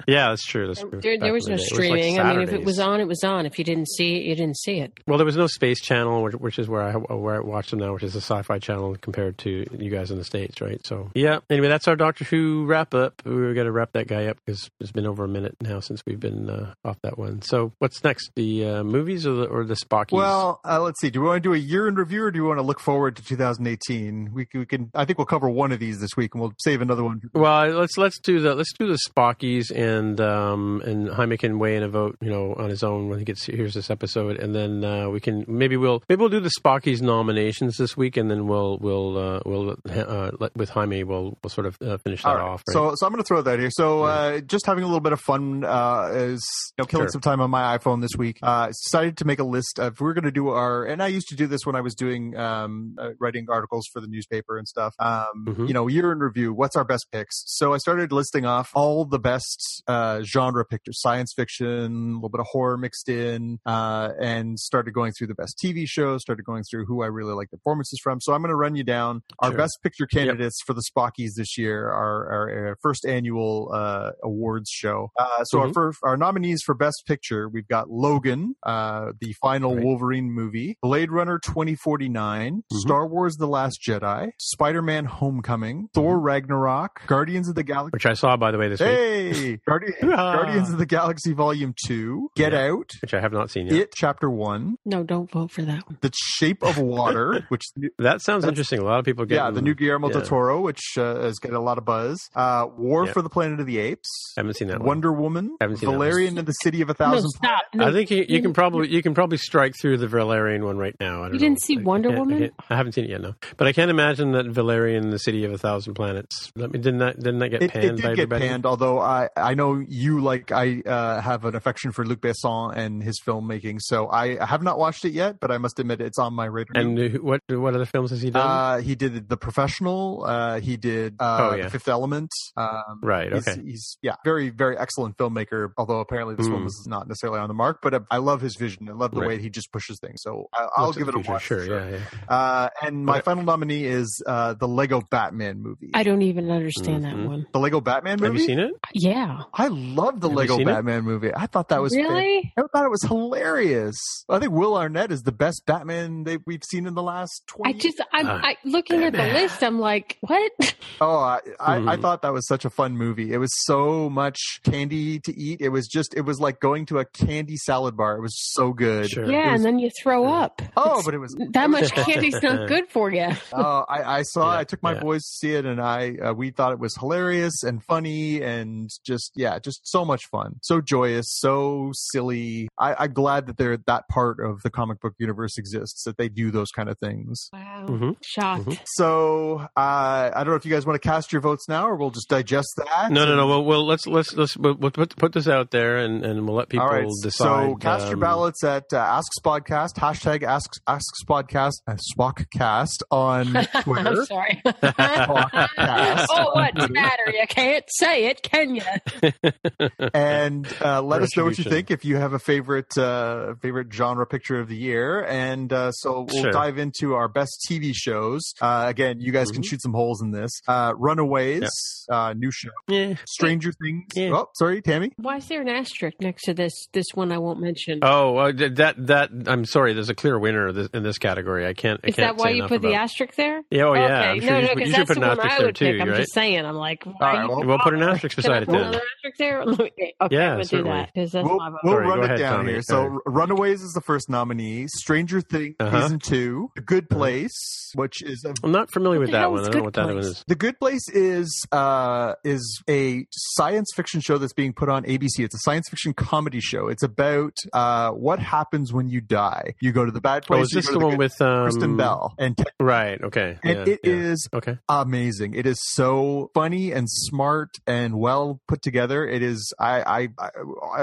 yeah, that's true. That's true.
There,
Back
there was
in
no
the day, it like
streaming. I mean, if it
Saturdays.
was on, it was on. If you didn't see it, you didn't see it.
well, there was no Space Channel, which, which is where I where I watch them now, which is a sci-fi channel compared to you guys in the states, right? So yeah. Anyway, that's our Doctor Who wrap up. We're gonna wrap that guy up because it's been over a minute now since we've been uh, off that one. So what's next? The uh, movies or the or the Spockies?
Well, uh, let's see. Do we want to do a year in review, or do we want to look forward to 2018? We, can- we can. I think we'll cover one of these this week, and we'll save another one.
Well, let's let's do the let's do the Spockies and um and Jaime can weigh in a vote, you know, on his own when he gets hears this episode, and then uh, we can maybe we'll maybe we'll do the Spockies nominations this week, and then we'll we'll uh, we'll uh, let, with Jaime we'll we'll sort of uh, finish that
All right.
off. right?
So, so I'm going to throw that here. So, uh, just having a little bit of fun, uh, is you know, killing
Sure.
some time on my iPhone this week. Uh, decided to make a list of we're going to do our, and I used to do this when I was doing um, uh, writing articles for the newspaper and stuff. Um,
Mhm.
You know, year in review. What's our best picks? So I started listing off all the best uh, genre pictures: science fiction, a little bit of horror mixed in, uh, and started going through the best TV shows. Started going through who I really like the performances from. So I'm going to run you down our
Sure.
best best picture candidates for the Spockies this year, our, our, uh, first annual uh, awards show. Uh, so our,
Mhm.
fir- our nominees for best picture, we've got Logan, uh, the final
Right.
Wolverine movie, Blade Runner 2049,
Mhm.
Star Wars The Last Jedi, Spider-Man Homecoming, Thor Ragnarok, Guardians of the Galaxy.
which I saw by the way this week,
Hey, Guardi-
Hoo-ha!
Guardians of the Galaxy Volume 2, Get
Yeah.
Out,
(laughs) which I have not seen yet.
It Chapter 1,
No, don't vote for that one.
The Shape of Water, (laughs) which
that sounds
That's-
interesting. A lot of people get
yeah, the new Guillermo del
yeah.
Toro, which uh, has got a lot of buzz. Uh, War
Yeah.
for the Planet of the Apes,
haven't seen that one.
Wonder Woman,
Haven't seen that one.
Valerian and the City of a
No,
Thousand.
stop. No,
I think you, you can probably you can probably strike through the Valerian one right now. I don't
You didn't
know.
see
I- I
Wonder
can't- I
Woman?
can't- I, haven't seen it yet, no. But I can't imagine that Valerian, the city of a thousand planets. Let me didn't that didn't that get
It,
panned
it
by
did get
everybody?
panned, although I, I know you like I uh, have an affection for Luc Besson and his filmmaking, so I have not watched it yet, but I must admit it's on my radar.
And who- what what other films has he done?
uh, he did The Professional. Uh, he did uh,
Oh, yeah.
The Fifth Element. Um,
right.
He's,
Okay.
he's yeah, very very excellent filmmaker. Although apparently this
Hmm.
one was not necessarily on the mark, but uh, I love his vision. I love the
Right.
way he just pushes things. So I, I'll
Looks at
give
the
it a
future,
watch. for
Sure,
sure.
Yeah, yeah.
Uh, and my
Okay.
final nominee is uh, the Lego Batman movie.
I don't even understand
Mhm.
that one.
the Lego Batman movie.
Have you seen it?
Yeah,
I love the
Have you
Lego
seen it?
Batman movie. I thought that was fan-
really.
I thought it was hilarious. I think Will Arnett is the best Batman that we've seen in the last
I
twenty.
just, I'm
Uh,
I, looking at the
Batman.
list. I'm like,
(laughs)
what?
oh, I, I, I
Mhm.
thought that was such a fun movie. It was so much candy to eat. It was just it was like going to a candy salad bar. It was so good.
Sure.
yeah,
was-
and then you throw
Yeah.
up.
Oh,
It's-
but it was
that
(laughs)
much candy's not good for you.
(laughs) oh, I, I saw.
Yeah,
I took my
yeah.
boys to see it, and I uh, we thought it was hilarious and funny, and just yeah, just so much fun, so joyous, so silly. I, I'm glad that they're that part of the comic book universe exists that they do those kind of things.
Wow,
Mhm.
shocked.
So uh, I don't know if you guys want to cast your votes now, or we'll just digest that.
No, no, no. Well, well let's let's let's we'll, we'll put put this out there, and, and we'll let people
All right.
decide.
so cast your
um,
ballots at uh, Asks Podcast hashtag Asks Asks Podcast uh, Swockcast on
(laughs)
Mm-hmm.
Twitter.
I'm
(laughs)
sorry.
um,
(laughs) Podcast.
oh, what's the matter? You can't say it, can you?
and uh, let us know what you
Retribution.
think if you have a favorite uh, favorite genre picture of the year and uh, so we'll
Sure.
dive into our best tv shows uh, again you guys can
Mhm.
shoot some holes in this uh, runaways uh, new show
(laughs) Yeah.
stranger things
Yeah.
oh sorry tammy
Why is there an asterisk next to this? This one I won't mention.
Oh, uh, th- that that I'm sorry. There's a clear winner this- in this category. I can't. I
is
can't
that why you
say enough
put the
about-
asterisk there?
Yeah, oh yeah.
Okay.
I'm sure
no,
you,
no,
should- you
because
should
that's
put
the
an
one I
asterisk there
would
too,
pick. I'm
right?
just saying. I'm like, why
right,
you
well,
We'll put an
bother?
asterisk
Can I
beside it
put
then.
another asterisk there? (laughs) okay, okay,
Yeah,
I'm gonna do
certainly.
that because that's
we'll,
my vote.
we'll
Sorry,
run
go
it
ahead,
down
Tommy.
here so
Sorry.
runaways is the first nominee stranger things
Uh-huh.
season two the good place which is a
I'm not familiar
What
with
the
that
hell
one.
is
I don't know
Good
what that one
Place?
is.
The Good Place is uh, is a science fiction show that's being put on ABC. It's a science fiction comedy show. It's about uh, what happens when you die. You go to the bad place.
Oh, is
you
this
go
the
to
one
good-
with um,
Kristen Bell? And,
Right. Okay.
and
yeah,
it is
yeah. Okay.
amazing. It is so funny and smart and well put together. It is. I, I, I.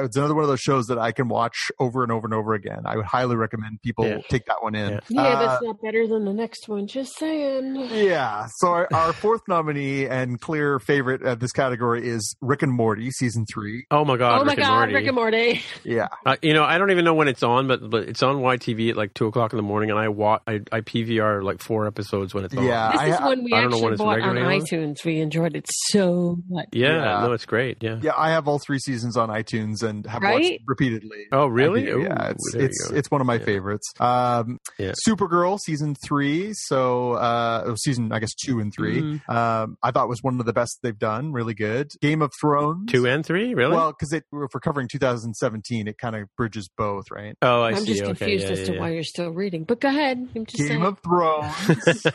It's another one of those shows that I can watch over and over and over again. I would highly recommend people
Yeah.
take that one in.
Yeah.
Yeah,
Uh,
that's not better than the next one. Just saying.
Yeah. So our, our fourth nominee and clear favorite of this category is Rick and Morty season three.
Oh my God.
oh my
Rick
God,
and
Rick and
Morty.
Morty. (laughs)
Yeah.
Uh, you know, I don't even know when it's on, but but it's on YTV at like two o'clock in the morning, and I wa- I, I PVR like four episodes when it's on.
Yeah.
This
I-
is
I-
one we
I don't know what
actually
it's
bought on
regularly on.
iTunes. We enjoyed it so much.
Yeah.
Yeah.
No, it's great. Yeah.
Yeah. I have all three seasons on iTunes and have watched
Right?
them repeatedly.
Oh
I
really?
do,
Ooh,
yeah, it's
there you
it's
go.
it's one of my
Yeah.
favorites. Um,
Yeah.
Supergirl season three, so uh, oh, season I guess two and three.
Mhm.
Um, I thought was one of the best they've done. Really good. Game of Thrones,
two and three. Really?
Well, because if we're covering 2017, it kind of bridges both, right?
oh, I
I'm
see.
just
okay.
confused
yeah,
as
yeah,
to
yeah.
why you're still reading. But go ahead. I'm just saying.
Game of Thrones,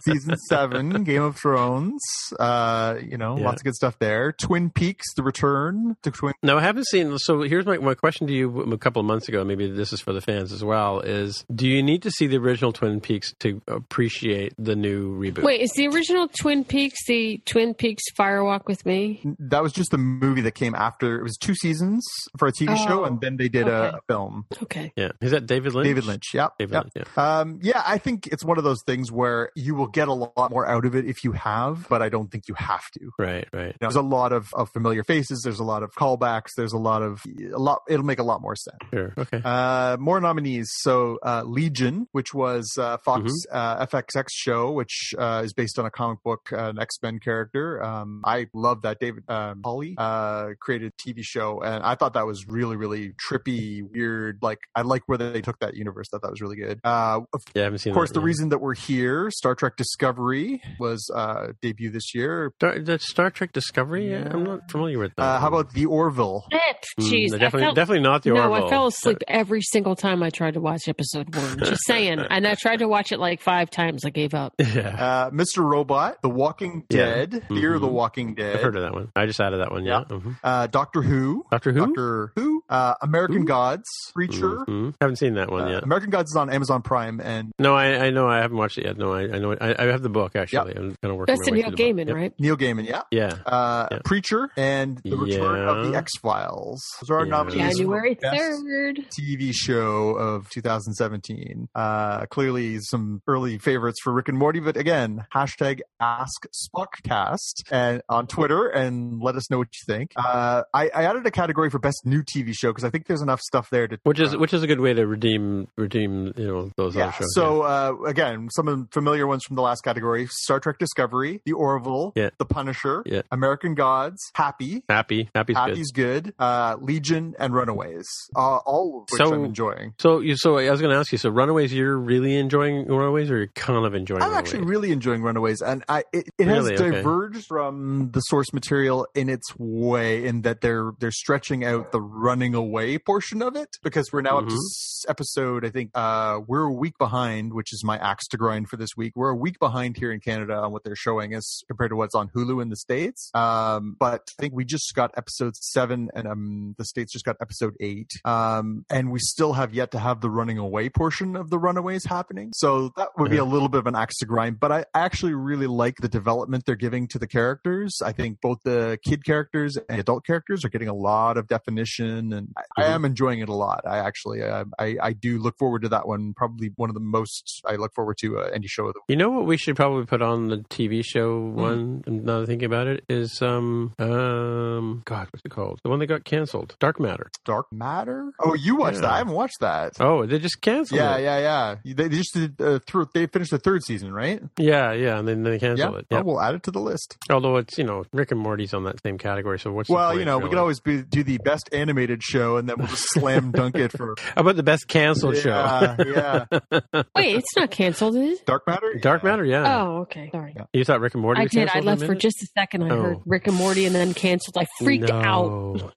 (laughs)
season seven, Game of Thrones. Uh, you know,
Yeah.
lots of good stuff there. Twin Peaks, The Return to Twin.
Now I haven't seen. So here's my, my question to you a couple of months ago. Maybe this is for the fans as well. Is do you need to see the original Twin Peaks to appreciate the new reboot?
Wait, is the original Twin Peaks the Twin Peaks Fire Walk with Me?
That was just the movie that came after. It was two seasons for a TV show,
Oh,
and then they did
okay.
a film.
Okay.
Yeah, is that David Lynch?
David Lynch. Yep.
David
yep.
Lynch. Yeah.
Um, yeah, I think it's one of those things where you will get a lot more out of it if you have, but I don't think you have to.
Right. Right.
You know, there's a lot of, of familiar faces. There's a lot of callbacks. There's a lot of a lot. It'll make a lot more sense.
Sure. Okay.
Uh, more nominees. So uh, Legion, which was uh, Fox
Mhm.
uh, FXX show, which uh, is based on a comic book, uh, an X Men character. Um, I love that David um, Polly uh, created a TV show, and I thought that was really, really trippy, weird. Like I like where they took that universe. Thought that was really good. Uh, of
yeah, I haven't seen.
of course,
that,
the
yeah.
reason that we're here, Star Trek Discovery was uh, debut this year.
Star, that's Star Trek Discovery. Yeah, I'm not familiar with that.
Uh, how about the Orville?
It.
Mm,
Jeez. I
definitely,
fell-
definitely Uh, not the
no,
Orville.
I fell asleep every single time I tried to watch episode
(laughs)
one. Just saying. and I tried to watch it like five times. I gave up.
But- (laughs) yeah,
Uh, Mr. Robot, The Walking
Yeah.
Dead, Fear of the
Mhm.
Walking Dead.
I've heard of that one. I just added that one. Yeah. Mhm.
uh, Doctor Who,
Doctor Who.
Doctor Who, uh, American
Who?
Gods, Preacher.
Mhm. Haven't seen that one
Uh,
yet.
American Gods is on Amazon Prime, and
No, I, I know I haven't watched it yet. No, I, I know it. I, I have the book actually. I'm gonna work.
That's
my
the
way
Neil
through the book.
Gaiman,
Yep.
right?
Neil Gaiman, yeah.
Yeah.
Uh,
Yeah.
Preacher and the return of the
Yeah.
X Files. Those are our
Yeah.
nominees. for
January
best
3rd.
TV show of 2017. Uh, clearly, some early favorites for Rick and Morty, but again, hashtag Ask Spockcast and on Twitter, and let us know what you think. Uh, I, I added a category for best new TV show because I think there's enough stuff there to
Which is which is a good way to redeem redeem you know those
yeah.
other shows.
So uh, again, some familiar ones from the last category: Star Trek Discovery, The Orville,
Yeah.
The Punisher,
Yeah.
American Gods, Happy,
yeah. happy happy's good.
Happy's good, uh, Legion, and Runaways. Uh, all of which
So-
I'm enjoying.
So you so I was going to ask you. So Runaways, you're really enjoying Runaways, or you're kind of enjoying?
I'm
Runaways?
actually really enjoying Runaways, and I it, it
Really?
has
Okay.
diverged from the source material in its way, in that they're they're stretching out the running away portion of it because we're now up to
Mhm.
s- episode. I think uh, we're a week behind, which is my axe to grind for this week. We're a week behind here in Canada on what they're showing us compared to what's on Hulu in the states. Um, but I think we just got episode seven, and um, the states just got episode eight, um, and we still have yet to have the running away portion of the Runaways happening. So that would be a little bit of an axe to grind. But I actually really like the development they're giving to the characters. I think both the kid characters and adult characters are getting a lot of definition, and I, I
Mm-hmm.
am enjoying it a lot. I actually, uh, I, I do look forward to that one. Probably one of the most I look forward to uh, any show of the
You know what we should probably put on the TV show
Hmm.
one. Now that I think about it, is um um God, what's it called? The one that got canceled, Dark Matter.
Dark Matter. Oh, you watched
Yeah.
that? I haven't watched that.
Oh, they just canceled
Yeah,
it.
yeah, yeah. They just did, uh, through, they finished the third season, right?
Yeah, yeah, and then they
Yeah.
canceled it.
Oh, we'll add it to the list.
Although it's you know Rick and Morty's on that same category, so what's the
Well,
point,
you know, we
really?
could always be, do the best animated show, and then we'll just slam dunk it for
How about the best canceled
yeah, yeah.
show?
Wait, it's not canceled, is it?
Dark matter.
Dark
Yeah.
Matter, yeah.
Oh, okay. Sorry.
Yeah.
You thought Rick and Morty?
I
was
did. I
canceled
left
a
for
minute?
just a second. I
Oh.
heard Rick and Morty and then canceled. I freaked out.
No.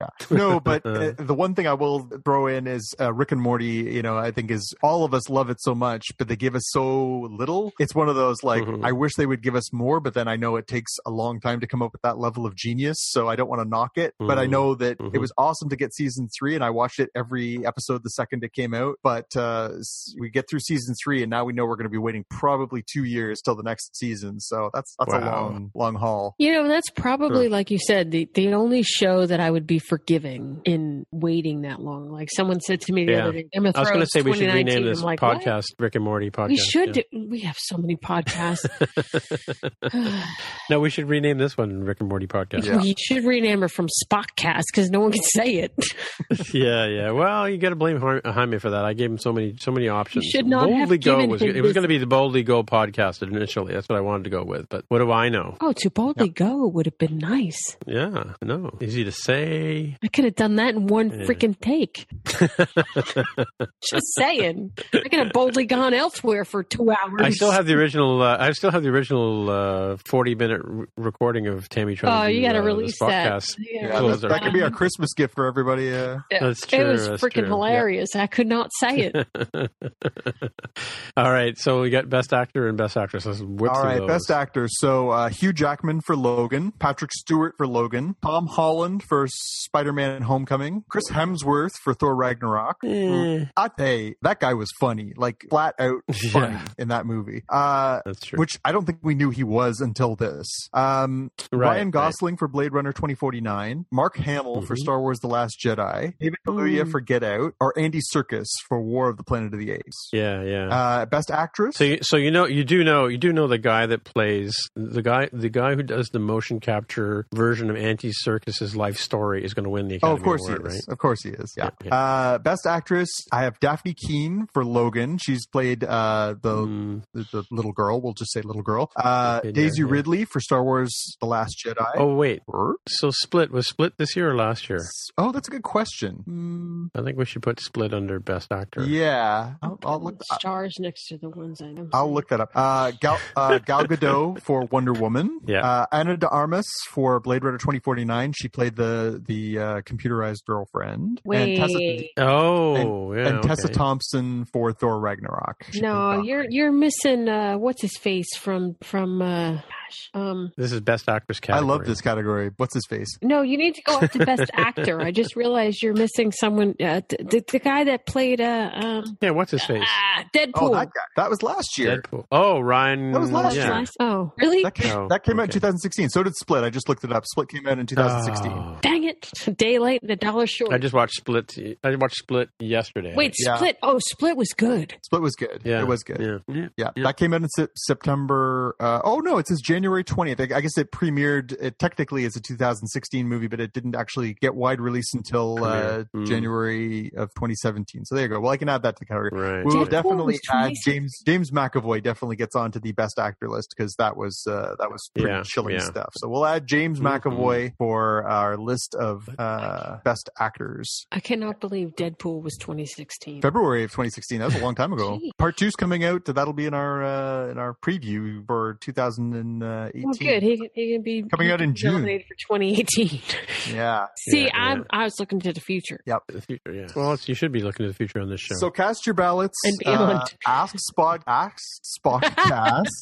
(laughs)
no, but uh, the one thing I will throw in is uh, Rick and Morty. You know, I think is all of us love it so much, but they give us so little. It's one of those like
Mhm.
I wish they would give us more, but then I know it takes a long time to come up with that level of genius. So I don't want to knock it, but I
Mhm.
know that it
Mhm.
was awesome to get season three, and I watched it every episode the second it came out. But uh, s- we get through season three, and now we know we're going to be waiting probably two years till the next season. So that's that's a
Wow.
long long haul.
You know, that's probably like you said, the, the only show that I would be forgiving in waiting that long. Like someone said to me the
Yeah.
other day, Emma
I was going to
Thrones
say we should
2019.
rename this
I'm like, what?
podcast Rick and Morty podcast.
We should.
yeah.
Do, we have so many
(laughs)
podcasts. (sighs)
No, we should rename this one Rick and Morty podcast.
Yeah.
We should rename her from Spotcast because no one can say it.
(laughs) yeah, yeah. Well, you got to blame Jaime- Jaime for that. I gave him so many, so many options.
should not have
Boldly Go
given
was
him
it was
this-
going to be the Boldly Go podcast initially. That's what I wanted to go with. But what do I know?
Oh, to boldly go would have been nice.
Yeah, I know. Easy to say.
I could have done that in one
Yeah.
freaking
(laughs)
take. Just saying, I could have boldly gone elsewhere for two hours.
I still have the original. Uh, I still have the original uh, forty-minute r recording of Tammy trying
Oh,
to do
you got to
uh,
release
this
that.
podcast.
You
Yeah,
gotta
Those
that,
release
are
that could be our
that.
Christmas gift for everybody. Uh,
That's
It
true,
was
that's
freaking
true.
hilarious. I could not say it.
(laughs) All right, so we got best actor and best actress. Let's whip
All
through
right,
those.
best actor. So uh, Hugh Jackman for Logan, Patrick Stewart for Logan, Tom Holland for Spider-Man: Homecoming, Chris Hemsworth for Thor: Ragnarok.
Mm.
Eh,
I, hey, that guy was funny, like flat out
(laughs)
funny
Yeah.
in that movie. Uh,
that's true.
which I don't think we knew he was until this. Um,
Right,
Ryan
right.
Gosling for Blade Runner 2049, Mark Hamill for
Mhm.
Star Wars: The Last Jedi, David Kaluuya
Mm.
for Get Out, or Andy Serkis for War of the Planet of the Apes.
Yeah, yeah.
Uh, best actress.
So, you, so you know, you do know, you do know the guy that plays the guy, the guy who does the motion capture version of Anti Circus's life story is going to win the Academy
oh, of course
Award,
he is.
right?
Of course he is. Yeah.
Yeah, yeah.
Uh, best actress, I have Daphne Keene for Logan. She's played uh, the,
Mm.
the the little girl. We'll just say little girl. Uh,
Okay, yeah,
Daisy
yeah.
Ridley for Star Wars: The Last Jedi.
Oh wait,
Oh,
so Split was Split this year or last year?
oh that's a good question.
I think we should put Split under Best Actor.
Mm, yeah, I'll, I'll
Put
look.
stars next to the ones I know.
I'll look that up. Uh, Gal, uh, Gal
(laughs)
Gadot for Wonder Woman.
Yeah.
Uh, Anna de Armas for Blade Runner 2049. She played the the uh, computerized girlfriend.
Wait.
And Tessa,
Oh, yeah.
and Tessa
okay.
Thompson for Thor Ragnarok. She played
No,
Valkyrie.
you're you're missing uh what's his face from from uh gosh. Um
This is Best Actress
I
category.
love this category. What's his face?
no, you need to go up to best
(laughs)
actor. I just realized you're missing someone uh, th- th- the guy that played uh um
Yeah, what's his face?
ah, Deadpool.
Oh, that guy. That was last year.
Deadpool. Oh, Ryan.
That was
That was
last
yeah.
last- oh, really?
That came,
Oh,
that came out in
okay.
2016. So did Split. I just looked it up. Split came out in 2016.
Oh.
Dang it. A day late and a dollar short.
I just watched Split. I watched Split yesterday.
Wait,
Yeah.
Split. Oh, Split was good.
Split was good.
yeah,
It was good. Yeah.
Yeah. Yeah.
That came out in se- September. Uh, oh, no, it says January 20th. I I guess it premiered. It technically is a 2016 movie, but it didn't actually get wide release until uh,
Premiere. Mm.
January of 2017. So there you go. Well, I can add that to the category.
Right.
We will
Deadpool
definitely
was
add
26.
James James McAvoy. Definitely gets onto the best actor list because that was uh, that was pretty
Yeah,
chilling
yeah.
stuff. So we'll add James
Mhm.
McAvoy for our list of uh, best actors.
I cannot believe Deadpool was 2016.
February of 2016. That was a long time ago.
Gee.
Part two's coming out. That'll be in our uh, in our preview for 2018.
Well, Oh, good. He, can- he can be
Coming
he
out
can
in
be
June.
nominated for
(laughs)
2018.
Yeah.
See,
Yeah,
I'm,
yeah.
I was looking to the
(laughs)
future. (laughs)
The future, yeah. Well, it's- you should be looking to the future on this show. (laughs)
So cast your ballots.
And beyond.
Uh, ask Spot. Ask
(laughs)
Spotcast.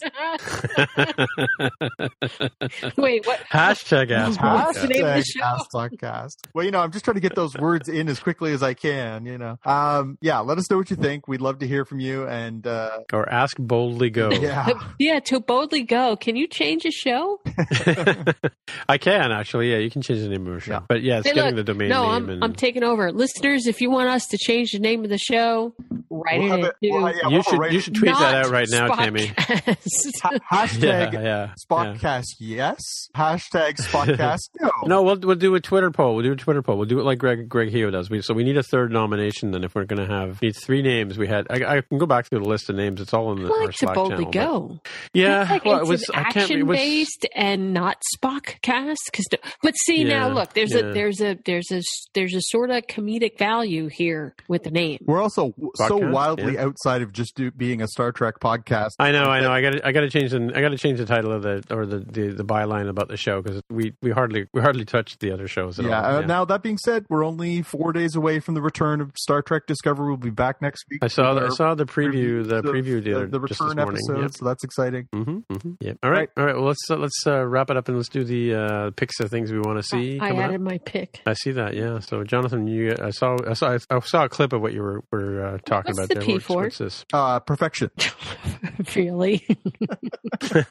Wait, what?
Hashtag ass
Huh? What's the
podcast.
name of the
Hashtag
show?
Ask Podcast. Well, you know, I'm just trying to get those words in as quickly as I can. You know, um, yeah. Let us know what you think. We'd love to hear from you. And uh,
or ask boldly go.
(laughs)
(laughs)
yeah,
Uh, Yeah, to boldly go. Can you change a show?
(laughs) I can actually. Yeah, you can change the name of the show.
Yeah.
But yeah, it's
Hey,
getting
look,
the domain
no,
name.
I'm,
and
I'm taking over. Listeners, if you want us to change the name of the show, write
We'll have
it
it- we'll have-
in.
yeah,
you
we'll
should
write
you
it.
should tweet that out right now,
(laughs)
Tammy.
Tammy.
(laughs) Ha-
(laughs) Yeah,
hashtag
yeah. yeah.
Spotcast. Yes. Hashtag
(laughs)
Spotcast. No.
No, we'll we'll do a Twitter poll. We'll do a Twitter poll. We'll do it like Greg Greg Heo does. We, so we need a third nomination. Then if we're going to have need three names, we had I, I can go back through the list of names. It's all in
I
the our
like to
Slack
boldly
channel, but-
go.
Yeah,
It's like
well, it
it's
was
an
I can't. It
action
was
based and not Spock cast. Cause, but see now,
Yeah,
look, there's
yeah.
a there's a there's a there's a sort of comedic value here with the name.
We're also so
Podcast,
wildly outside of just do, being a Star Trek podcast.
I know, I know. I got to I got to change the I got to change the title of the or the, the, the byline about the show because we, we hardly we hardly touched the other shows at
yeah.
all.
Uh, now that being said, we're only four days away from the return of Star Trek Discovery. We'll be back next week.
I saw
with
the, I
our
saw the preview the
reviews
preview
of
the, other,
the
just this
return
morning.
episode. So that's exciting.
hmm Yep. All right. All right. Well, let's uh, let's uh, wrap it up and let's do the uh, picks of things we want to see.
I
come
added
up.
my pick. (laughs)
I see that. Yeah. So, Jonathan, you I saw I saw I saw a clip of what you were were uh, talking
What's
about
the
there.
P
What's,
for?
what's this?
Uh, perfection.
really,
(laughs)
(laughs) really,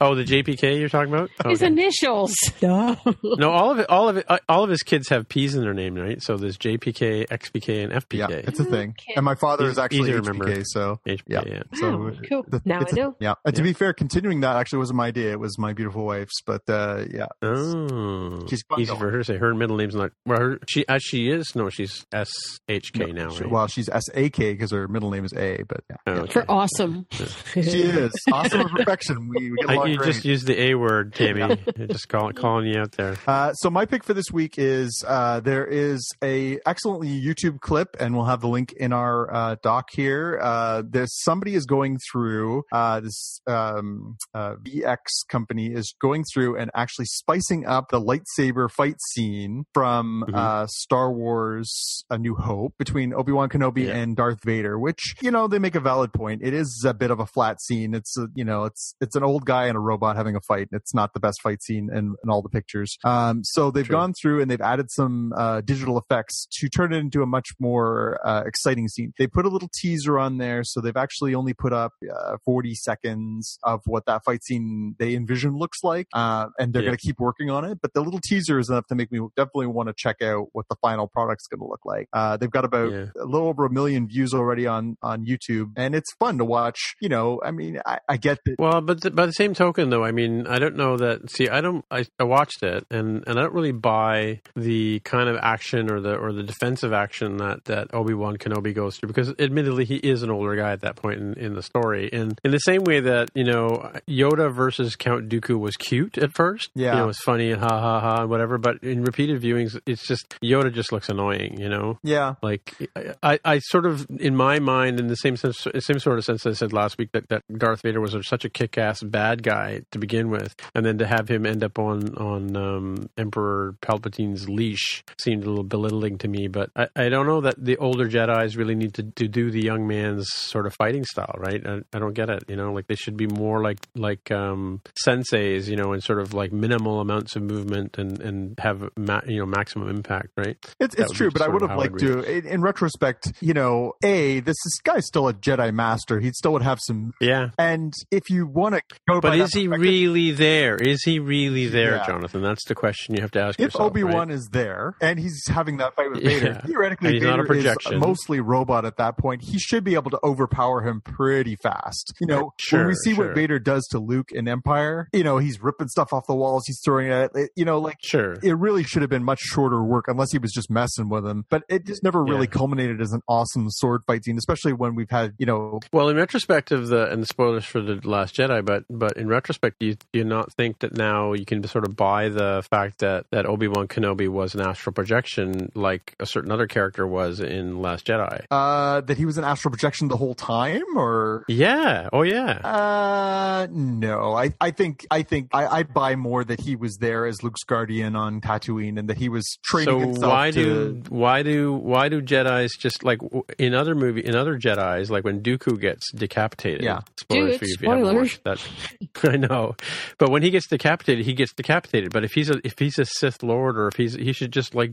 oh, the JPK you're talking about?
his
Okay.
initials. No.
No, all of it, all of it, uh, all of his kids have P's in their name, right? So there's JPK, XPK, and
Yeah,
FPK.
it's a thing.
Okay.
And my father
Easy-
is actually
easy to
HBK,
remember.
so
HPK,
Yeah.
yeah.
Wow,
so
(laughs) cool.
the-
Now I
it's a-
know.
yeah. And to
Yeah.
be fair, continuing that actually wasn't my idea. It was my beautiful wife's, but uh, yeah,
Oh,
She's
easy
bundled.
for her to say. Her middle name's not. Well, her, she as she is. No, she's SHK now,
She-
right?
Well, she's S A K because her middle name is A, but
(laughs)
yeah.
Oh, (laughs) okay.
For awesome.
she is awesome and perfection. We, we get
I-
along
you
great.
just use the A word,
(laughs)
Tammy. just call, calling you out there.
Uh, so my pick for this week is uh, there is a excellently YouTube clip, and we'll have the link in our uh, doc here. Uh, there's somebody is going through uh, this um, uh, VX company is going through and actually spicing up the lightsaber fight scene from
Mhm.
uh, Star Wars: A New Hope between Obi Wan Kenobi
Yeah.
and Darth Vader. Which you know they make a valid point. It is a bit of a flat scene. It's a, you know it's it's an old guy and a robot having a fight, and it's not the best fight scene in, in all the pictures. Um, so they've
True.
gone through and they've added some uh, digital effects to turn it into a much more uh, exciting scene. They put a little teaser on there, so they've actually only put up uh, 40 seconds of what that fight scene they envision looks like, uh, and they're
Yeah.
going to keep working on it. But the little teaser is enough to make me definitely want to check out what the final product's going to look like. Uh, they've got about
Yeah.
a little over a million views already on on YouTube, and it's fun to watch. You know, I mean, I, I get that.
Well, but th- by the same token, though, I mean, I don't know that. See, I don't. I, I watched it, and, and I don't really buy the kind of action or the or the defensive action that that Obi Wan Kenobi goes through because, admittedly, he is an older guy at that point in, in the story. And in the same way that you know Yoda versus Count Dooku was cute at first,
Yeah.
you know, it's funny and ha ha ha and whatever. But in repeated viewings, it's just Yoda just looks annoying, you know.
Yeah,
Like I- I, I sort of in my mind, in the same sense, same sort of sense I said last week that, that Darth Vader was such a kick-ass bad guy to begin with, and then to have him end up on on um, Emperor Palpatine's leash seemed a little belittling to me. But I, I don't know that the older Jedi's really need to, to do the young man's sort of fighting style, right? I, I don't get it. You know, like they should be more like like um, senseis, you know, and sort of like minimal amounts of movement and and have ma- you know maximum impact, right?
it's
That
it's
would
true,
be
but I
sort
would
of
have
how I'd
liked to too. In, in retrospect, you know, a this, this guy's still a Jedi master. He still would have some.
Yeah.
And if you want to go,
But
by
is
that
he
perspective,
really there? Is he really there,
Yeah.
Jonathan? That's the question you have to ask
If
yourself.
Obi Wan
right?
is there and he's having that fight with Vader,
Yeah.
theoretically
And he's not a
Vader
projection.
is mostly robot at that point. He should be able to overpower him pretty fast. You know, when
Sure,
we see
sure.
what Vader does to Luke in Empire, you know, he's ripping stuff off the walls, he's throwing it at it, you know, like
sure.
it really should have been much shorter work unless he was just messing with him. But it just never really culminated as an awesome sword fight scene, especially when we've had, you know,
Well, in retrospect of the and the spoilers for the Last Jedi, but but in retrospect, do you do you not think that now you can sort of buy the fact that that Obi Wan Kenobi was an astral projection, like a certain other character was in Last Jedi?
uh, that he was an astral projection the whole time or
Yeah. Oh, yeah.
Uh, no. I, I think I think I, I buy more that he was there as Luke's guardian on Tatooine, and that he was training
so
himself
why
to.
do why do why do Jedi's just like w- in other movie in other Jedi's like when Dooku gets decapitated?
Yeah.
Dude,
for you if you haven't
spoilers.
watched That (laughs) I know, but when he gets decapitated, he gets decapitated. But if he's a if he's a Sith Lord or if he's he should just like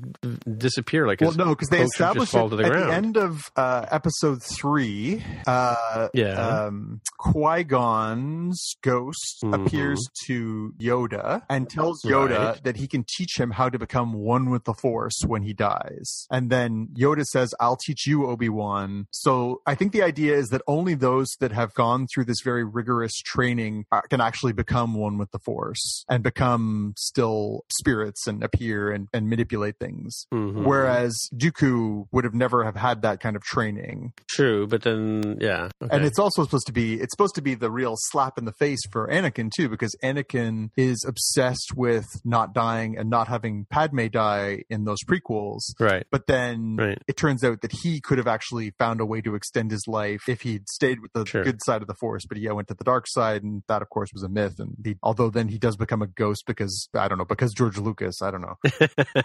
disappear. Like
well,
his
no, because they
cloak should just
established it
fall to the
at
ground.
the end of uh, episode three. Uh,
Yeah.
um, Qui Gon's ghost
Mhm.
appears to Yoda and tells Yoda
Right.
that he can teach him how to become one with the Force when he dies. And then Yoda says, I'll teach you, Obi Wan. So I think the idea is that only those that have gone through this very rigorous training are, can actually become one with the Force and become still spirits and appear and, and manipulate things.
Mhm.
Whereas Dooku would have never have had that kind of training
true, but then yeah, okay.
and it's also supposed to be it's supposed to be the real slap in the face for Anakin too, because Anakin is obsessed with not dying and not having Padme die in those prequels.
right,
But then
right.
it turns out that he could have actually found a way to extend his life if he'd stayed with the
Sure.
good side of the force. But yeah, went to the dark side, and that of course was a myth. And he, although then he does become a ghost because I don't know because George Lucas, I don't
(laughs)
know.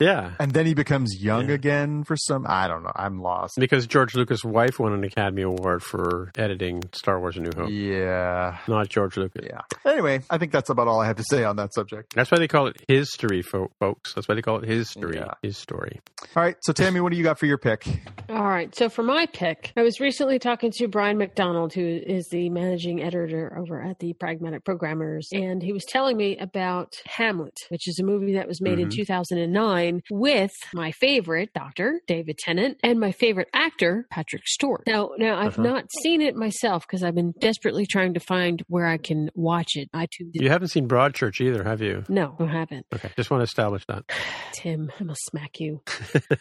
yeah,
And then he becomes young
Yeah.
again for some I don't know. I'm lost.
because George Lucas' wife won an Academy Award for editing Star Wars: A New Hope.
Yeah.
Not George Lucas.
Yeah. Anyway, I think that's about all I have to say on that subject.
That's why they call it history, fo- folks. That's why they call it history.
Yeah.
His story.
All right, so Tammy, what do you got for your pick?
All right. So for my pick, I was recently talking to Brian McDonald, who is the managing editor over at the Pragmatic Programmers, and he was telling me about Hamlet, which is a movie that was made in
Mhm.
2009 with my favorite doctor, David Tennant, and my favorite actor, Patrick Stewart. Now, now I've
Uh-huh.
not seen it myself because I've been desperately trying to find where I can watch it. I tuned it.
You haven't seen Broadchurch either, have you?
No, I haven't.
Okay. Just want to establish that.
Tim, I must smack you.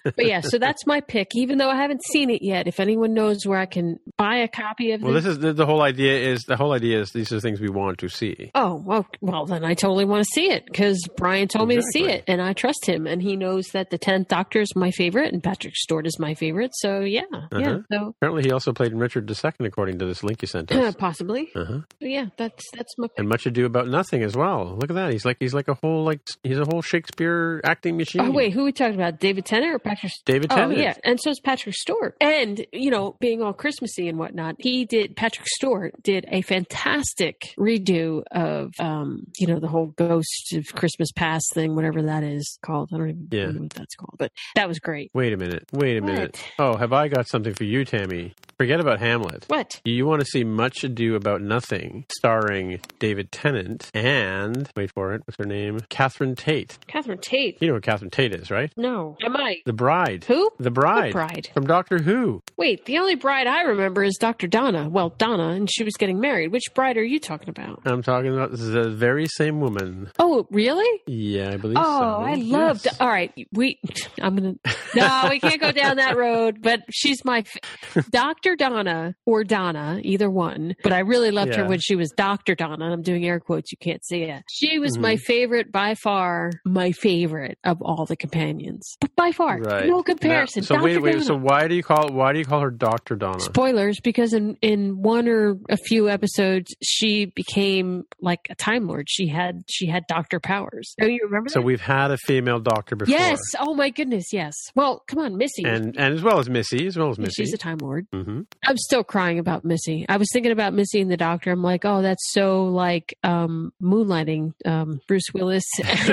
but yeah, so that's my pick. Even though I haven't seen it yet, if anyone knows where I can buy a copy of
Well, this is the, the whole idea is the whole idea is these are things we want to see.
Oh, well, well, then I totally want to see it because Brian told me to see
Exactly.
it and I trust him. And he knows that the 10th Doctor is my favorite and Patrick Stewart is my favorite. So, yeah, yeah.
Uh-huh.
So,
Apparently, he also played in Richard II, according to this link you sent us.
(clears throat) possibly.
Uh-huh.
But yeah, that's that's my pick.
And Much Ado About Nothing as well. Look at that. He's like he's like a whole like he's a whole Shakespeare acting machine.
Oh, wait, who we talking about? David Tennant or Patrick
David
Oh
Tennant.
yeah, and so is Patrick Stewart. And you know, being all Christmassy and whatnot, he did. Patrick Stewart did a fantastic redo of um, you know the whole Ghost of Christmas Past thing, whatever that is called. I don't even
Yeah.
know what that's called, but that was great.
Wait a minute. Wait a
What?
minute. Oh, have I got something for you, Tammy? Forget about Hamlet.
What?
You want to see Much Ado About Nothing, starring David Tennant and, wait for it, what's her name? Catherine Tate.
Catherine Tate?
You know who Catherine Tate is, right?
No, am I?
The bride.
Who?
The bride.
What bride?
From Doctor Who.
Wait, the only bride I remember is Dr. Donna. Well, Donna, and she was getting married. Which bride are you talking about?
I'm talking about the very same woman.
Oh, really?
Yeah, I believe so.
Oh, I loved.
Yes.
All right, we. I'm gonna. No, we can't go down that road. But she's my f- Dr. Donna or Donna, either one. But I really loved her
Yeah.
when she was Dr. Donna. I'm doing air quotes. You can't see it. She was
Mm-hmm.
my favorite by far. My favorite of all the companions, but by far,
Right.
no comparison.
Now- so
Dr.
wait, wait.
Donna.
So why do you call? Why do you you call her Doctor Donna?
Spoilers, because in, in one or a few episodes, she became like a Time Lord. She had she had Doctor powers. Oh, you remember?
So
that?
we've had a female doctor before.
yes. Oh my goodness. Yes. Well, come on, Missy.
And and as well as Missy, as well as Missy.
She's a Time Lord.
hmm
I'm still crying about Missy. I was thinking about Missy and the Doctor. I'm like, oh, that's so like um, moonlighting, um, Bruce Willis. (laughs)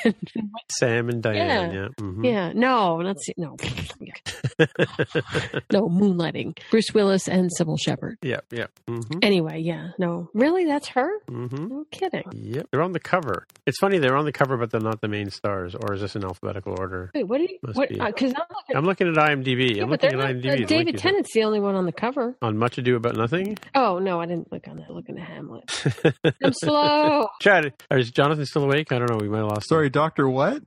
(laughs)
And,
Sam and Diane. Yeah. mhm.
yeah, no, not see,
(laughs)
no, no moonlighting, Bruce Willis and Sybil Shepherd.
yeah. Yeah. hmm
Anyway, yeah, no, really, that's her.
hmm
No kidding.
Yep. They're on the cover. It's funny they're on the cover, but they're not the main stars. Or is this in alphabetical order?
Wait, what? Are you,
Must
what?
be.
Because I'm looking.
I'm looking at IMDb.
yeah,
I'm
but
looking at
they're not-
IMDb.
uh,
It's
David
linked
Tennant's the only one on the cover.
on Much Ado About Nothing.
Oh no, I didn't look on that. Looking at
(laughs)
Hamlet. I'm slow.
Chad, is Jonathan still awake? I don't know. We might have lost.
Sorry, Doctor. What?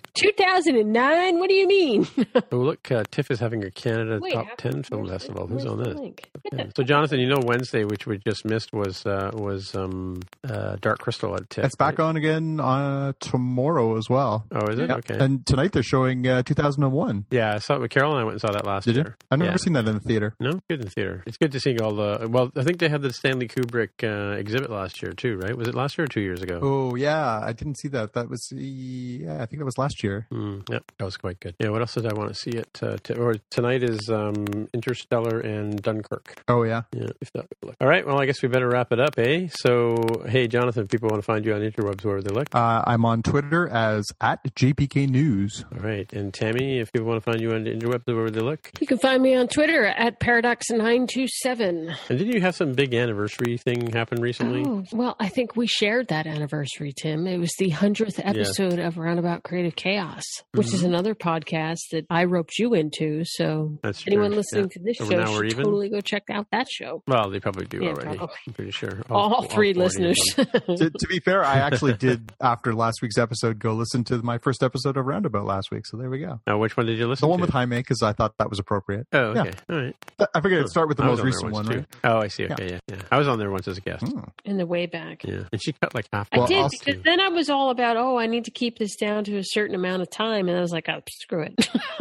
(laughs) 2009. What do you mean?
(laughs) oh, look, uh, Tiff is having a Canada
Wait,
Top
how-
Ten Film
where's the-
Festival. Who's
where's
on
the
this?
link?
Yeah. So, Jonathan, you know Wednesday, which we just missed, was uh, was um, uh, Dark Crystal at Tiff.
That's back on again uh, tomorrow as well.
Oh, is it?
Yep.
Okay.
And tonight they're showing uh, 2001.
yeah, I saw it. Carol and I went and saw that last
Did you?
year.
I've never
Yeah.
seen that in the theater.
No, good in the theater. It's good to see all the. Well, I think they had the Stanley Kubrick uh, exhibit last year too, right? Was it last year or two years ago?
Oh yeah, I didn't see that. That was yeah, I think that was last year.
Mm, yep, that was quite good. Yeah, what else did I want to see it? Uh, t- or tonight is um, Interstellar and Dunkirk.
Oh yeah.
Yeah, if that would look. All right, well, I guess we better wrap it up, eh? So, hey, Jonathan, if people want to find you on the interwebs wherever they look.
Uh, I'm on Twitter as at JPK News.
All right, and Tammy, if people want to find you on the interwebs wherever they look.
You can find me on Twitter at paradox927.
And didn't you have some big anniversary thing happen recently?
Oh, well, I think we shared that anniversary, Tim. It was the 100th episode of Roundabout Creative Chaos, which
Mm-hmm.
is another podcast that I roped you into. So
That's true.
anyone
yeah.
listening to this
Over
show
now we're
should
even?
totally go check out that show.
Well, they probably do
Yeah,
already.
probably.
I'm pretty sure.
All, three
40 of them.
listeners. (laughs)
to, to be fair,
(laughs)
I actually did after last week's episode go listen to my first episode of Roundabout last week. So there we go.
Now, Oh, which one did you listen
The one
to?
with Jaime because I thought that was appropriate.
Oh, okay. All right.
Th- I figured I'd start with the
I was
most
on there
recent one,
once,
right?
too. Oh, I see. Okay, yeah. yeah. I was on there once as a guest.
Hmm.
In the way back.
Yeah, and she cut like half.
I
Well,
did
I'll-
because then I was all about, oh, I need to keep this down to a certain amount of time, and I was like, oh, screw it, (laughs)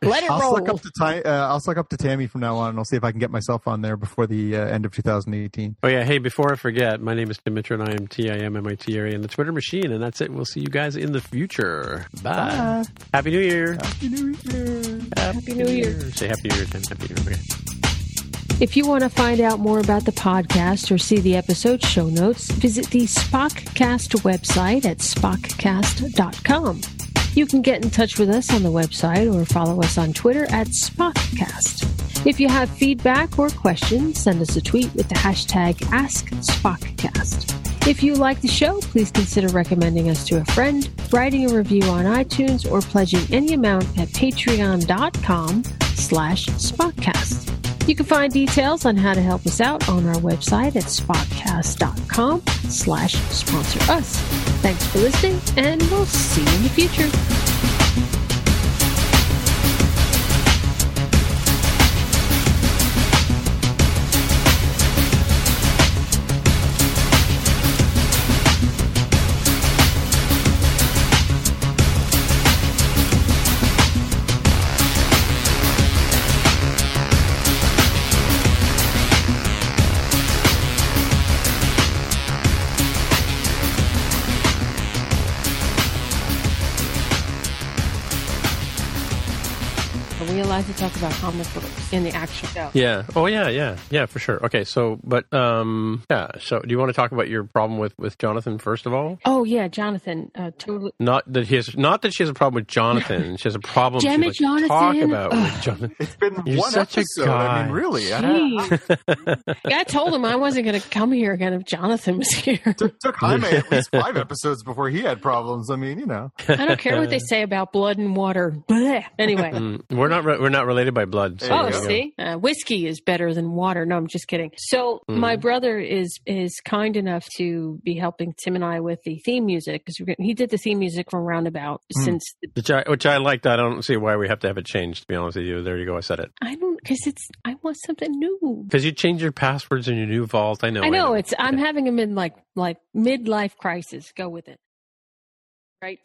let it
I'll
roll.
suck up to Ti- uh, I'll suck up to Tammy from now on, and I'll see if I can get myself on there before the uh, end of 2018.
Oh yeah. Hey, before I forget, my name is Dimitra, and I am T I M M I T area in the Twitter machine, and that's it. We'll see you guys in the future. Bye.
Bye.
Happy New Year.
Happy New Year.
Happy New Year.
Say Happy New Year, Tim. Happy New Year.
If you want to find out more about the podcast or see the episode show notes, visit the Spockcast website at spockcast.com. You can get in touch with us on the website or follow us on Twitter at Spockcast. If you have feedback or questions, send us a tweet with the hashtag AskSpockcast. If you like the show, please consider recommending us to a friend, writing a review on iTunes, or pledging any amount at patreon.com slash Spockcast. You can find details on how to help us out on our website at spotcast.com slash sponsor us. Thanks for listening, and we'll see you in the future. Are we allowed to talk about comic books in the actual show?
Yeah. Oh yeah. Yeah. Yeah. For sure. Okay. So, but um, yeah. So, do you want to talk about your problem with with Jonathan first of all?
Oh, yeah, Jonathan. Uh, totally.
Not that he has. Not that she has a problem
(laughs)
with Jonathan. She has a problem.
Damn
she
it,
likes to talk
Jonathan.
about with Jonathan.
It's been
You're
one
such a
episode. I mean,
guy.
really. I-
Jeez. I told him I wasn't going to come here again if Jonathan was here.
took, took Jaime
(laughs)
at least five episodes before he had problems. I mean, you know.
I don't care what they say about blood and water. Blech. Anyway.
Mm, we're not. Re- we're not related by blood. So
There
Oh,
you
there we go.
see, uh, whiskey is better than water. No, I'm just kidding. So my brother is is kind enough to be helping Tim and I with the theme music because he did the theme music from Roundabout
Mm.
since the,
Which I, which I liked. I don't see why we have to have it changed. To be honest with you, there you go. I said it
I don't because it's I want something new.
because you change your passwords in your new vault. I know.
I know
it's.
it's I'm having a mid like like midlife crisis. Go with it.
(laughs)
Right.